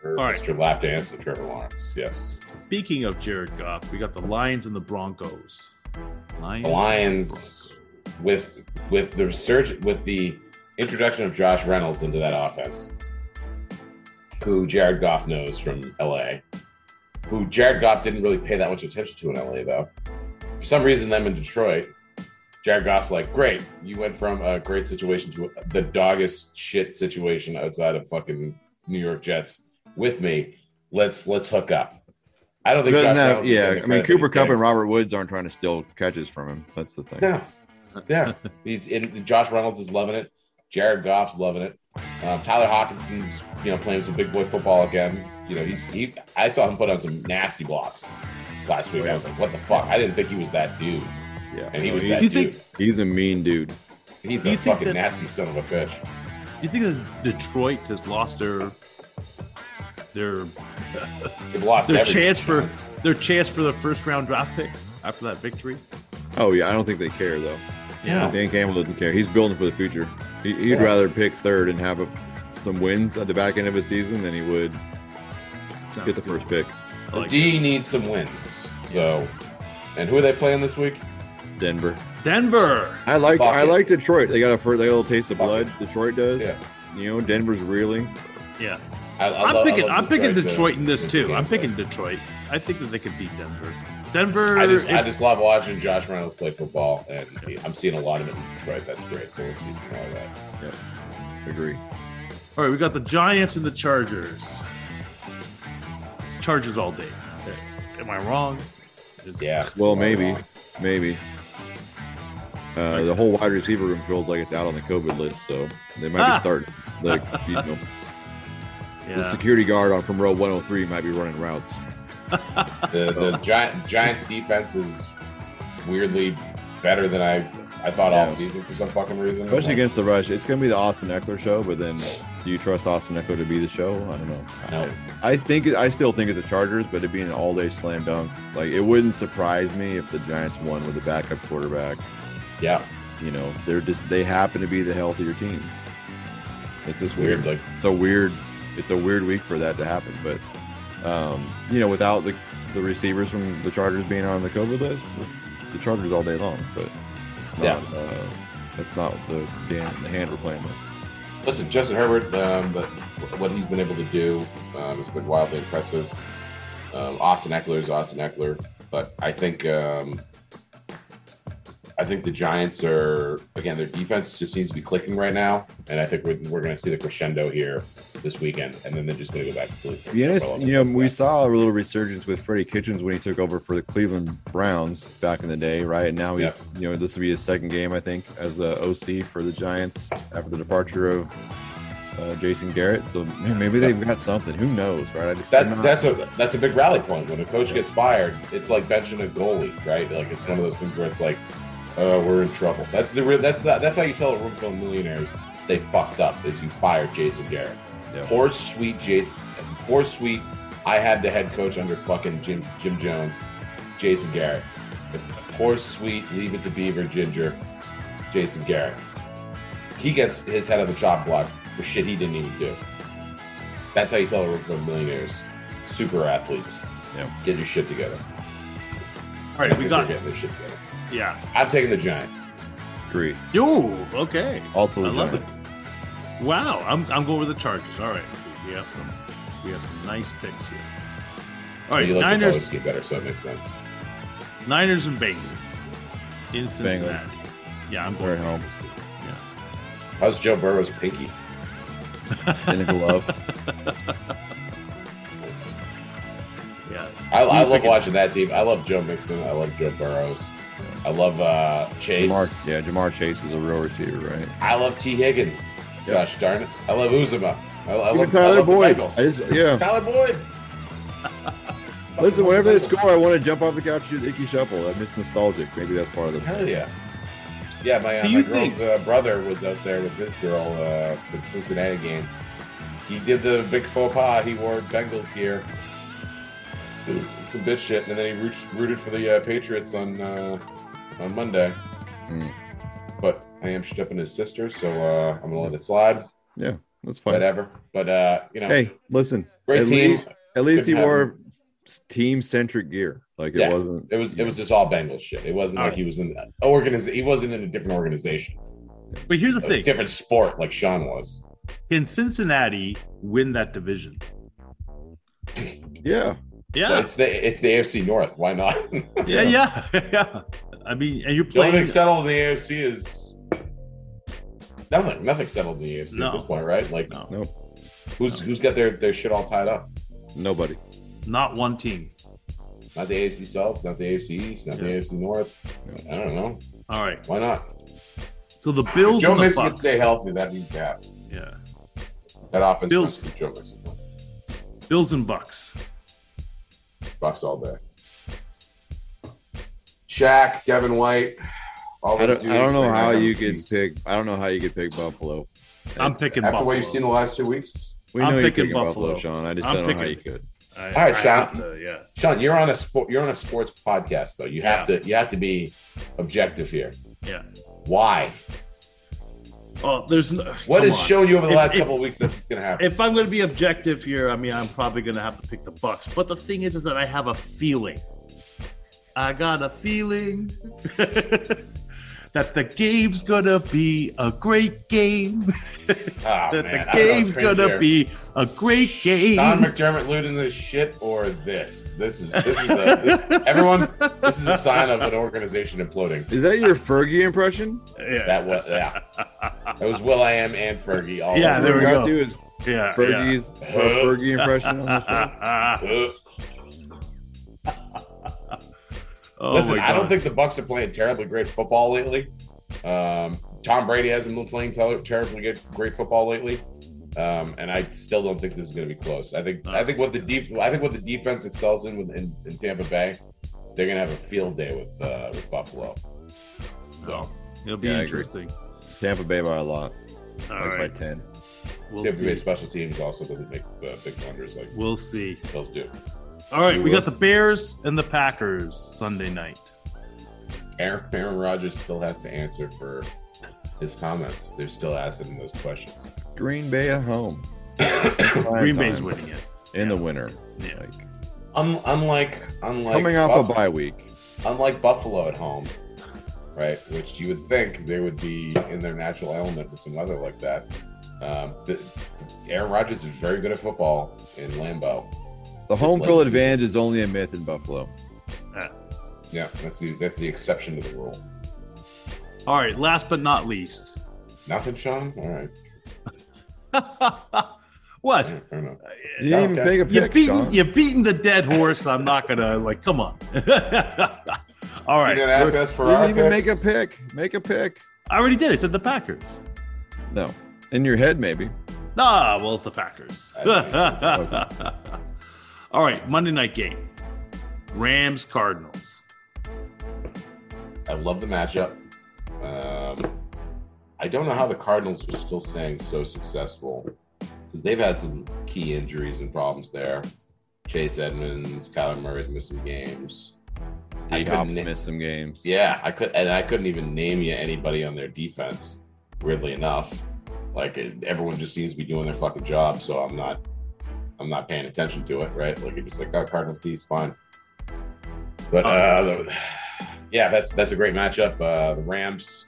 S4: Or
S3: All right.
S4: Mr. Lap Dance and Trevor Lawrence. Yes.
S3: Speaking of Jared Goff, we got the Lions and the Broncos. Lions.
S4: The Lions with with the research with the introduction of Josh Reynolds into that offense, who Jared Goff knows from LA. Who Jared Goff didn't really pay that much attention to in LA though. For some reason, them in Detroit, Jared Goff's like, great, you went from a great situation to the doggest shit situation outside of fucking New York Jets with me. Let's let's hook up. I don't
S2: He
S4: think
S2: doesn't
S4: Josh
S2: have,
S4: Reynolds is
S2: yeah.
S4: getting
S2: I mean,
S4: the credit that
S2: Cooper Cup
S4: he's getting.
S2: and Robert Woods aren't trying to steal catches from him. That's the thing.
S4: No, yeah, he's in. Josh Reynolds is loving it. Jared Goff's loving it. Um, Tyler Hawkinson's, you know, playing some big boy football again. You know, he's he. I saw him put on some nasty blocks last week. I was like, what the fuck? I didn't think he was that dude,
S2: Yeah,
S4: and he
S2: No,
S4: was
S2: he-
S4: that
S3: you
S4: dude.
S3: think-
S2: he's a mean dude.
S4: he's
S3: do
S4: a
S3: you think
S4: fucking
S3: that-
S4: nasty son of a bitch.
S3: You think that Detroit has lost their their
S4: They've lost
S3: their
S4: everything.
S3: chance for their chance for the first round draft pick after that victory?
S2: Oh yeah, I don't think they care though.
S4: yeah.
S2: Dan Campbell doesn't care. He's building for the future. He, he'd
S4: Yeah.
S2: rather pick third and have a, some wins at the back end of his season than he would
S3: Sounds
S2: get the
S3: good.
S2: first pick.
S3: I
S4: The
S3: like
S4: D needs some wins. So, and who are they playing this week?
S2: Denver.
S3: that. Denver.
S2: I like
S4: Fuck
S2: I
S4: it.
S2: like Detroit. They got a first, they got a little taste of
S4: Fuck
S2: blood. Detroit does.
S4: Yeah.
S2: You know, Denver's reeling.
S3: Yeah,
S4: I, I
S3: I'm
S4: love- I
S3: picking.
S4: love
S3: I'm picking
S4: uh,
S3: Detroit in this
S4: as a
S3: too.
S4: game
S3: I'm
S4: play.
S3: picking Detroit. I think that they could beat Denver. Denver.
S4: I just, I
S3: if-
S4: just love watching Josh Reynolds play football, and I'm seeing a lot of it in Detroit. That's great. So we'll see some more of that.
S2: Agree.
S3: all right, we got the Giants and the Chargers. Chargers all day. Am I wrong? It's-
S4: Yeah.
S2: Well, maybe, maybe. Uh, the whole wide receiver room feels like it's out on the COVID list, so they might
S3: Ah.
S2: be starting. Like, you know, the
S3: yeah.
S2: security guard on from row 103 might be running routes.
S4: The the Giant, Giants defense is weirdly better than I I thought all
S2: Yeah.
S4: season for some fucking reason.
S2: Especially against the rush. It's going to be the Austin Eckler show, but then do you trust Austin Eckler to be the show? I don't know.
S4: No.
S2: I, I think, I still think it's the Chargers, but it'd be an all day slam dunk. Like, it wouldn't surprise me if the Giants won with a backup quarterback.
S4: yeah,
S2: You know, they're just, they happen to be the healthier team. It's just weird.
S4: weird. Like
S2: it's a weird it's a weird week for that to happen but um you know without the the receivers from the chargers being on the covid list the chargers all day long but it's not uh that's not the damn the hand we're playing with
S4: Listen, Justin Herbert, um, the, what he's been able to do um, has been wildly impressive. Um, Austin Eckler is Austin Eckler, but I think um, I think the Giants are again their defense just seems to be clicking right now, and I think we're, we're going to see the crescendo here this weweekend, and then they're just going to go back to Cleveland.
S2: you know, you know we
S4: Yeah.
S2: saw a little resurgence with freddie kitchens when he took over for the cleveland browns back in the day right and now he's you know this will be his second game i think as the oc for the giants after the departure of uh, jason garrett so man, maybe they've got something who knows right i just I'm
S4: That's
S2: not-
S4: that's a that's a big rally point. When a coach gets fired, it's like benching a goalie, right? Like it's one of those things where it's like, oh, we're in trouble. That's the real. That's the, that's how you tell a room full of millionaires they fucked up is you fired Jason Garrett.
S2: Yeah.
S4: Poor sweet Jason. Poor sweet. I had the head coach under fucking Jim Jim Jones, Jason Garrett. The poor sweet leave it to Beaver Ginger, Jason Garrett. He gets his head on the chop block for shit he didn't even do. That's how you tell a room full of millionaires, super athletes.
S2: Yeah.
S4: Get your shit together.
S3: All right, we got.
S4: They're getting their shit together.
S3: Yeah.
S4: I'm taking the Giants.
S2: Agree.
S3: Yo. Okay.
S2: Also the
S3: I love
S2: Giants.
S3: Wow, I'm, I'm going with the Chargers. All right, we have some we have some nice picks here. All right,
S4: you like the
S3: Niners,
S4: Colts get better, so it makes sense.
S3: Niners and Bengals in Cincinnati. Yeah, I'm
S2: They're
S3: going.
S2: at home.
S4: How's Joe Burrow's pinky?
S2: In a glove.
S3: Yeah,
S4: I, I
S3: Who's
S4: love
S3: picking?
S4: watching that team. I love Joe Mixon. I love Joe Burrows. I love uh, Chase.
S2: Jamar, yeah, Jamar Chase is a real receiver, right?
S4: I love T. Higgins.
S2: Yeah.
S4: Gosh darn it. I love Uzuma. I, I
S2: Even
S4: love I
S2: Tyler
S4: love the
S2: Boyd. I
S4: Bengals.
S2: just, yeah.
S4: Tyler Boyd.
S2: Listen, whenever
S4: whatever
S2: they score, I want to jump off the couch and Icky Shuffle. I'm just nostalgic. Maybe that's part of the
S4: Hell yeah. Yeah, my, uh,
S3: Do
S4: my
S3: you
S4: girl's
S3: think-
S4: uh, brother was out there with his girl uh, for the Cincinnati game. He did the big faux pas. He wore Bengals gear, some bitch shit, and then he root, rooted for the uh, Patriots on uh, on Monday.
S2: Mm.
S4: But I am stepping his sister, so uh, I'm gonna let it slide.
S2: That's fine.
S4: Whatever. But uh, you know,
S2: Hey, listen.
S4: great
S2: at
S4: team.
S2: least- At least he
S4: Couldn't have
S2: wore team centric gear. Like it
S4: Yeah.
S2: wasn't
S4: It was it was just all Bengals shit. It wasn't
S3: All
S4: like
S3: right.
S4: he was in a organiz- He wasn't in a different organization,
S3: but here's the
S4: a
S3: thing:
S4: different sport like Sean was.
S3: Can Cincinnati win that division?
S2: Yeah.
S4: Well,
S3: Yeah,
S4: it's the it's the AFC North. Why not?
S3: yeah, yeah, yeah. I mean, and you're
S4: the only thing
S3: playing.
S4: settled in the AFC is nothing. Nothing settled in the AFC
S3: No.
S4: at this point, right? Like
S3: No,
S2: Nope.
S4: who's
S3: No.
S4: who's got their their shit all tied up?
S2: Nobody.
S3: not one team.
S4: Not the AFC South, not the AFC East, not
S3: Yeah.
S4: the AFC North. I don't know.
S3: All right.
S4: Why not?
S3: So the
S4: If
S3: Bills
S4: Joe
S3: and the
S4: Mixon can
S3: Bucks.
S4: stay healthy. That needs to happen.
S3: Yeah.
S4: That offense.
S3: Bills.
S4: comes from Joe Mixon.
S3: Bills and Bucks.
S4: Bucks all day. Shaq, Devin White. All
S2: I
S4: those
S2: don't, I don't
S4: dudes,
S2: know
S4: they
S2: how
S4: have
S2: you
S4: them.
S2: could pick. I don't know how you could pick Buffalo.
S3: I'm picking
S4: After
S3: Buffalo.
S4: what you've seen the last two weeks,
S2: We
S3: I'm
S2: know you're
S3: picking
S2: picking Buffalo,
S3: Buffalo.
S2: Sean. I just
S3: I'm
S2: don't know how you
S3: picking-
S2: could.
S3: I,
S4: All right,
S3: I
S4: Shaq.
S3: have to, yeah.
S4: Sean, you're on a sport. You're on a sports podcast, though. You have to. You have to be objective here.
S3: Yeah.
S4: Why?
S3: Oh, there's no,
S4: What
S3: come
S4: has
S3: on.
S4: shown you over the
S3: If-
S4: last
S3: if-
S4: couple of weeks that it's going to happen?
S3: If I'm going to be objective here, I mean, I'm probably going to have to pick the Bucks. But the thing is, is that I have a feeling. I got a feeling that the game's going to be a great game.
S4: Ah,
S3: that the
S4: Oh, man, I don't know, it's
S3: game's going to
S4: cringe here.
S3: be a great game.
S4: Don McDermott looting this shit or this. This is this is a, this, everyone. This is a sign of an organization imploding.
S2: Is that your Fergie impression?
S3: yeah.
S4: That was yeah. That was Will I Am and Fergie. All
S3: Yeah,
S4: over.
S3: there we
S2: got
S3: go.
S2: to is
S3: yeah. yeah.
S2: Fergie's Fergie impression. On the show.
S4: Ugh.
S3: oh,
S4: Listen,
S3: my God.
S4: I don't think the Bucks are playing terribly great football lately. Um, Tom Brady hasn't been playing ter- terribly good, great football lately, um, and I still don't think this is going to be close. I think
S3: No.
S4: I think what the def- I think what the defense excels in with, in, in Tampa Bay, they're going to have a field day with uh, with Buffalo. So
S3: It'll be
S2: Yeah, I agree.
S3: interesting.
S2: Tampa Bay by a lot,
S3: All
S2: like
S3: right.
S2: by ten.
S3: We'll
S4: Tampa Bay
S3: see.
S4: special teams also doesn't make uh, big blunders like
S3: We'll see.
S4: they'll do.
S3: All right,
S4: We
S3: we
S4: will.
S3: got the Bears and the Packers Sunday night.
S4: Aaron, Aaron Rodgers still has to answer for his comments. They're still asking him those questions.
S2: Green Bay at home.
S3: Green
S2: Prime
S3: Bay's
S2: time.
S3: winning it.
S2: in the winter.
S3: Yeah.
S2: Like,
S4: Un- unlike unlike
S2: coming off a
S4: Buff-
S2: bye week.
S4: unlike Buffalo at home, right? Which you would think they would be in their natural element with some weather like that. Um, the, Aaron Rodgers is very good at football in Lambeau.
S2: The home
S4: like-
S2: field advantage is only a myth in Buffalo.
S4: Yeah, that's the that's the exception to the rule.
S3: All right, last but not least.
S4: Nothing, Sean. All right,
S3: what?
S4: Yeah, fair enough.
S2: You didn't even
S4: Okay.
S2: make a
S3: You're
S2: pick,
S3: beating,
S2: Sean.
S3: you're beating the dead horse. I'm not going to, like, come on. All
S4: You
S3: right.
S4: didn't ask us
S2: You
S4: for our
S2: didn't even make a
S4: picks?
S2: pick. Make a pick.
S3: I already did. It said the Packers.
S2: No, in your head maybe.
S3: Nah, well, it's the Packers.
S4: I
S3: All right, Monday night game Rams, Cardinals.
S4: I love the matchup. Um, I don't know how the Cardinals are still staying so successful because they've had some key injuries and problems there. Chase Edmonds, Kyler Murray's missed some games. I
S2: D Hop's
S4: couldn't na-
S2: missed some games.
S4: Yeah, I could, and I couldn't even name you anybody on their defense. Weirdly enough, like it- everyone just seems to be doing their fucking job, so I'm not, I'm not paying attention to it, right? Like you're just like, oh, Cardinals D is fine. But uh, the- yeah, that's that's a great matchup. Uh, the Rams,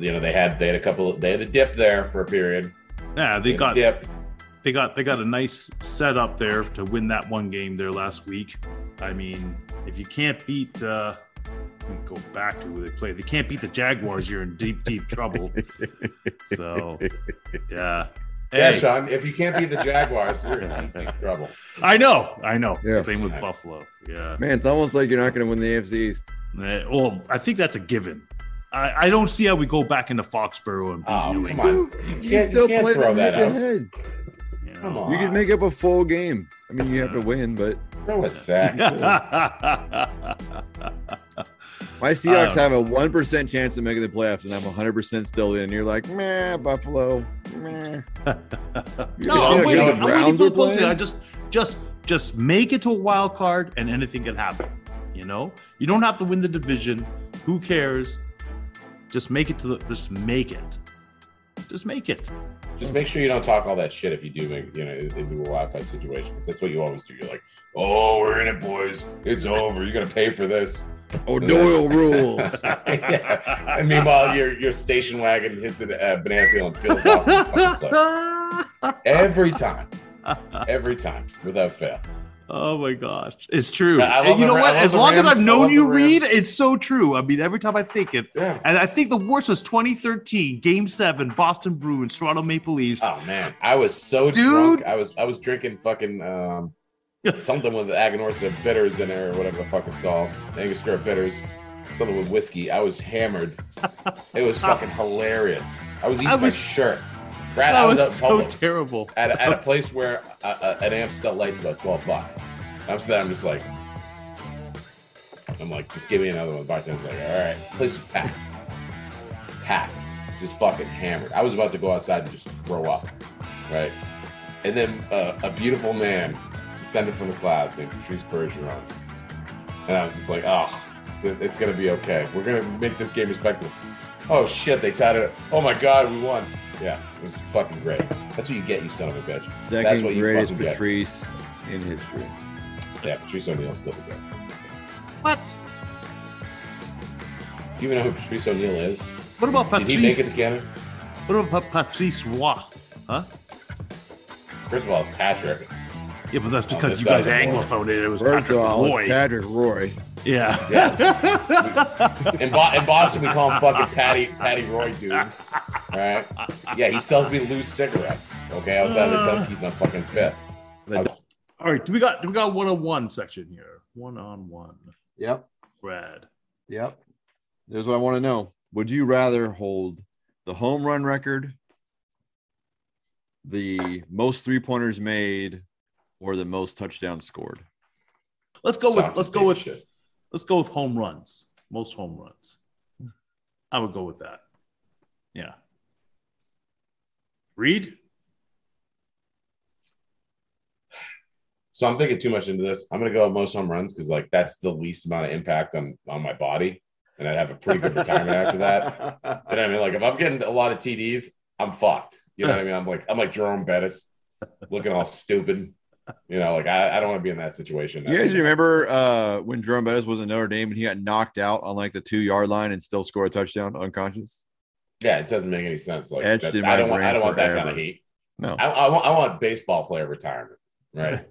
S4: you know, they had they had a couple, they had a dip there for a period.
S3: Yeah, they
S4: had a
S3: got
S4: dip.
S3: they got they got a nice setup there to win that one game there last week. I mean, if you can't beat, uh, let me go back to who they played. They can't beat the Jaguars. You're in deep, deep trouble. So, yeah.
S4: Yeah,
S3: Hey,
S4: Sean, if you can't beat the Jaguars, you're in deep, deep trouble.
S3: I know, I know.
S2: Yeah.
S3: Same with Buffalo. Yeah.
S2: Man, it's almost like you're not going to win the AFC East.
S3: Eh, Well, I think that's a given. I, I don't see how we go back into Foxborough and beat
S4: Oh,
S3: New
S4: come
S3: England.
S4: on, you can't, you can't throw
S2: them
S4: that out.
S2: head-to-head.
S3: You know?
S4: Come on,
S2: You could make up a full game. I mean, you have to win, but
S4: throw a sack.
S2: my Seahawks
S3: Uh,
S2: have a one percent chance of making the playoffs, and I'm 100 percent still in. You're like, meh, Buffalo, meh.
S3: no,
S2: You see
S3: I'm
S2: how good the
S3: waiting. I'm waiting
S2: Browns
S3: for
S2: are
S3: the postseason.
S2: playing?
S3: I just, just, just make it to a wild card, and anything can happen. You know, you don't have to win the division. Who cares? Just make it to the. Just make it. Just make it.
S4: Just make sure you don't talk all that shit if you do make, you know, if you do a wild card situation. 'cause that's what you always do. You're like, oh, we're in it, boys. It's over. You're going to pay for this.
S2: O'Doyle rules.
S4: Yeah. And meanwhile, your your station wagon hits a uh, banana peel and peels off the fucking cliff. every time. Every time, without fail.
S3: Oh my gosh, it's true.
S4: I love
S3: And you
S4: the
S3: know
S4: Ra-
S3: what?
S4: I love
S3: As
S4: the
S3: long as
S4: Rams.
S3: I've
S4: I
S3: known
S4: love
S3: you,
S4: the
S3: Reed,
S4: Rams.
S3: it's so true. I mean, every time I think it,
S4: Yeah.
S3: and I think the worst was 2013, Game Seven, Boston
S4: Ah,
S3: Bruins, Toronto Maple Leafs.
S4: Oh man, I was so
S3: Dude.
S4: drunk. I was I was drinking fucking um, something with the Aganorsa bitters in there or whatever the fuck it's called. Angostura bitters. Something with whiskey. I was hammered. It was fucking hilarious. I was eating
S3: I
S4: my
S3: was-
S4: shirt. Brad,
S3: That
S4: I was,
S3: was
S4: up
S3: so
S4: public
S3: terrible.
S4: at, at a place where a, a, an Amstel light's about 12 bucks. I'm sitting there, I'm just like, I'm like, just give me another one. The bartender's like, all right, place is packed. Packed. Just fucking hammered. I was about to go outside and just throw up, right? And then uh, a beautiful man descended from the clouds named Patrice Bergeron. And I was just like, oh, th- it's going to be okay. We're going to make this game respectable. Oh shit, they tied it. Oh my god, we won. Yeah, it was fucking great. That's what you get, you son of a bitch. That's
S2: Second
S4: what you
S2: greatest
S4: fucking get.
S2: Patrice in history.
S4: Yeah, Patrice O'Neal still the great.
S3: What?
S4: Do you even know who Patrice O'Neal is?
S3: What about
S4: Did he make it
S3: Patrice?
S4: to Canada?
S3: What about Pa- Patrice Roy? Huh?
S4: First of all, it's Patrick.
S3: Yeah, but that's because
S4: this
S3: you guys
S4: side of the
S3: anglophoned
S4: border.
S3: it. It was
S2: First
S3: Patrick
S2: of all,
S3: Roy.
S2: it's Patrick Roy.
S3: yeah.
S4: Yeah. in, Bo- in Boston, we call him fucking Patty Patty Roy, dude. All right. Yeah, he sells me loose cigarettes. Okay, outside of the Dunkies on fucking Fifth.
S2: The
S3: All right. Do we got do we got one on one section here? One on one.
S2: Yep.
S3: Brad.
S2: Yep. There's what I want to know. Would you rather hold the home run record, the most three pointers made, or the most touchdowns scored?
S3: Let's go with
S4: Soft
S3: let's
S4: as
S3: go
S4: baby
S3: with
S4: shit.
S3: let's go with home runs. Most home runs. I would go with that. Yeah. Reed?
S4: So I'm thinking too much into this. I'm gonna go with most home runs because like that's the least amount of impact on on my body, and I'd have a pretty good retirement after that. But I mean, like if I'm getting a lot of TDs, I'm fucked. You know what I mean? I'm like I'm like Jerome Bettis, looking all stupid. You know, like I, I don't want to be in that situation.
S2: You guys remember uh, when Jerome Bettis was in Notre Dame and he got knocked out on like the two yard line and still scored a touchdown unconscious?
S4: Yeah, it doesn't make any sense. Like
S2: Etched
S4: that-
S2: in
S4: I
S2: my
S4: don't want I
S2: brain
S4: don't want that kind of
S2: forever.
S4: heat.
S2: No,
S4: I, I, want, I want baseball player retirement, right?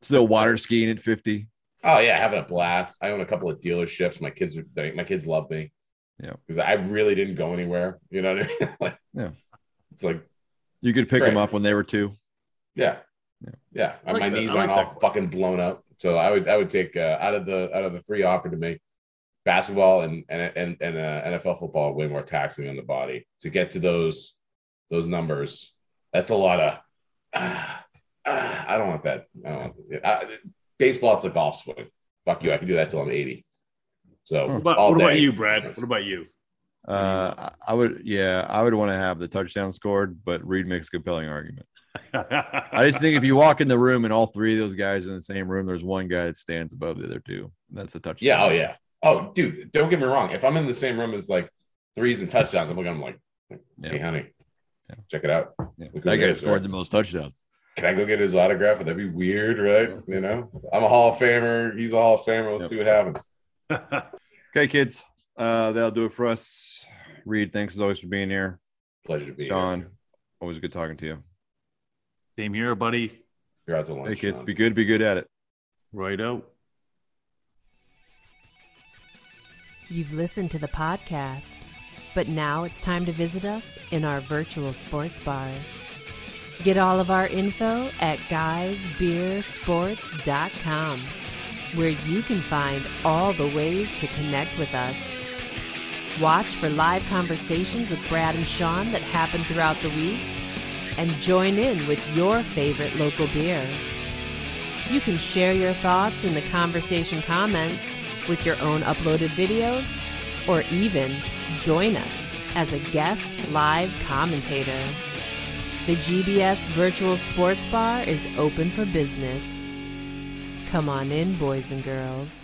S2: still water skiing at 50.
S4: oh yeah, having a blast. I own a couple of dealerships. My kids are they, my kids love me.
S2: Yeah.
S4: because I really didn't go anywhere. You know what I mean? like,
S2: Yeah.
S4: it's like
S2: You could pick
S4: Right.
S2: him up when they were two.
S4: yeah,
S2: Yeah.
S4: yeah.
S3: I like
S4: my
S3: that.
S4: knees
S3: I like
S4: aren't
S3: that
S4: all fucking blown up, so I would I would take uh, out of the out of the free offer to me. Basketball and and and, and uh, NFL football are way more taxing on the body to get to those those numbers. That's a lot of. ah, ah, I don't want that. I don't want it. I, baseball, it's a golf swing. Fuck you. I can do that till I'm 80. So
S2: Huh.
S3: But
S4: all
S3: what about
S4: day.
S3: you, Brad? What about you?
S4: Mm-hmm.
S2: Uh, I I would, yeah, I would want to have the touchdown scored, but Reed makes a compelling argument. I just think if you walk in the room and all three of those guys are in the same room, there's one guy that stands above the other two. And that's a touchdown.
S4: Yeah. Oh yeah. Oh, dude. Don't get me wrong. If I'm in the same room as like threes and touchdowns, I'm looking. I'm like, hey,
S2: Yeah.
S4: honey,
S2: Yeah.
S4: check it out.
S2: yeah.
S4: Look who
S2: That
S4: it
S2: guy
S4: is,
S2: scored
S4: right?
S2: the most touchdowns.
S4: Can I go get his autograph? Would that be weird, right? You know, I'm a Hall of Famer. He's a Hall of Famer.
S2: Yep.
S4: Let's see what happens.
S2: Okay, kids. Uh, that'll do it for us. Reed, thanks as always for being here.
S4: Pleasure to be
S2: Sean,
S4: here.
S2: always good talking to you.
S3: Same here, buddy.
S4: You're out to lunch.
S2: Hey, kids,
S4: Sean.
S2: be good, be good at it.
S3: Right out.
S1: You've listened to the podcast, but now it's time to visit us in our virtual sports bar. Get all of our info at guysbeersports.com, where you can find all the ways to connect with us. Watch for live conversations with Brad and Sean that happen throughout the week, and join in with your favorite local beer. You can share your thoughts in the conversation comments with your own uploaded videos, or even join us as a guest live commentator. The GBS Virtual Sports Bar is open for business. Come on in, boys and girls.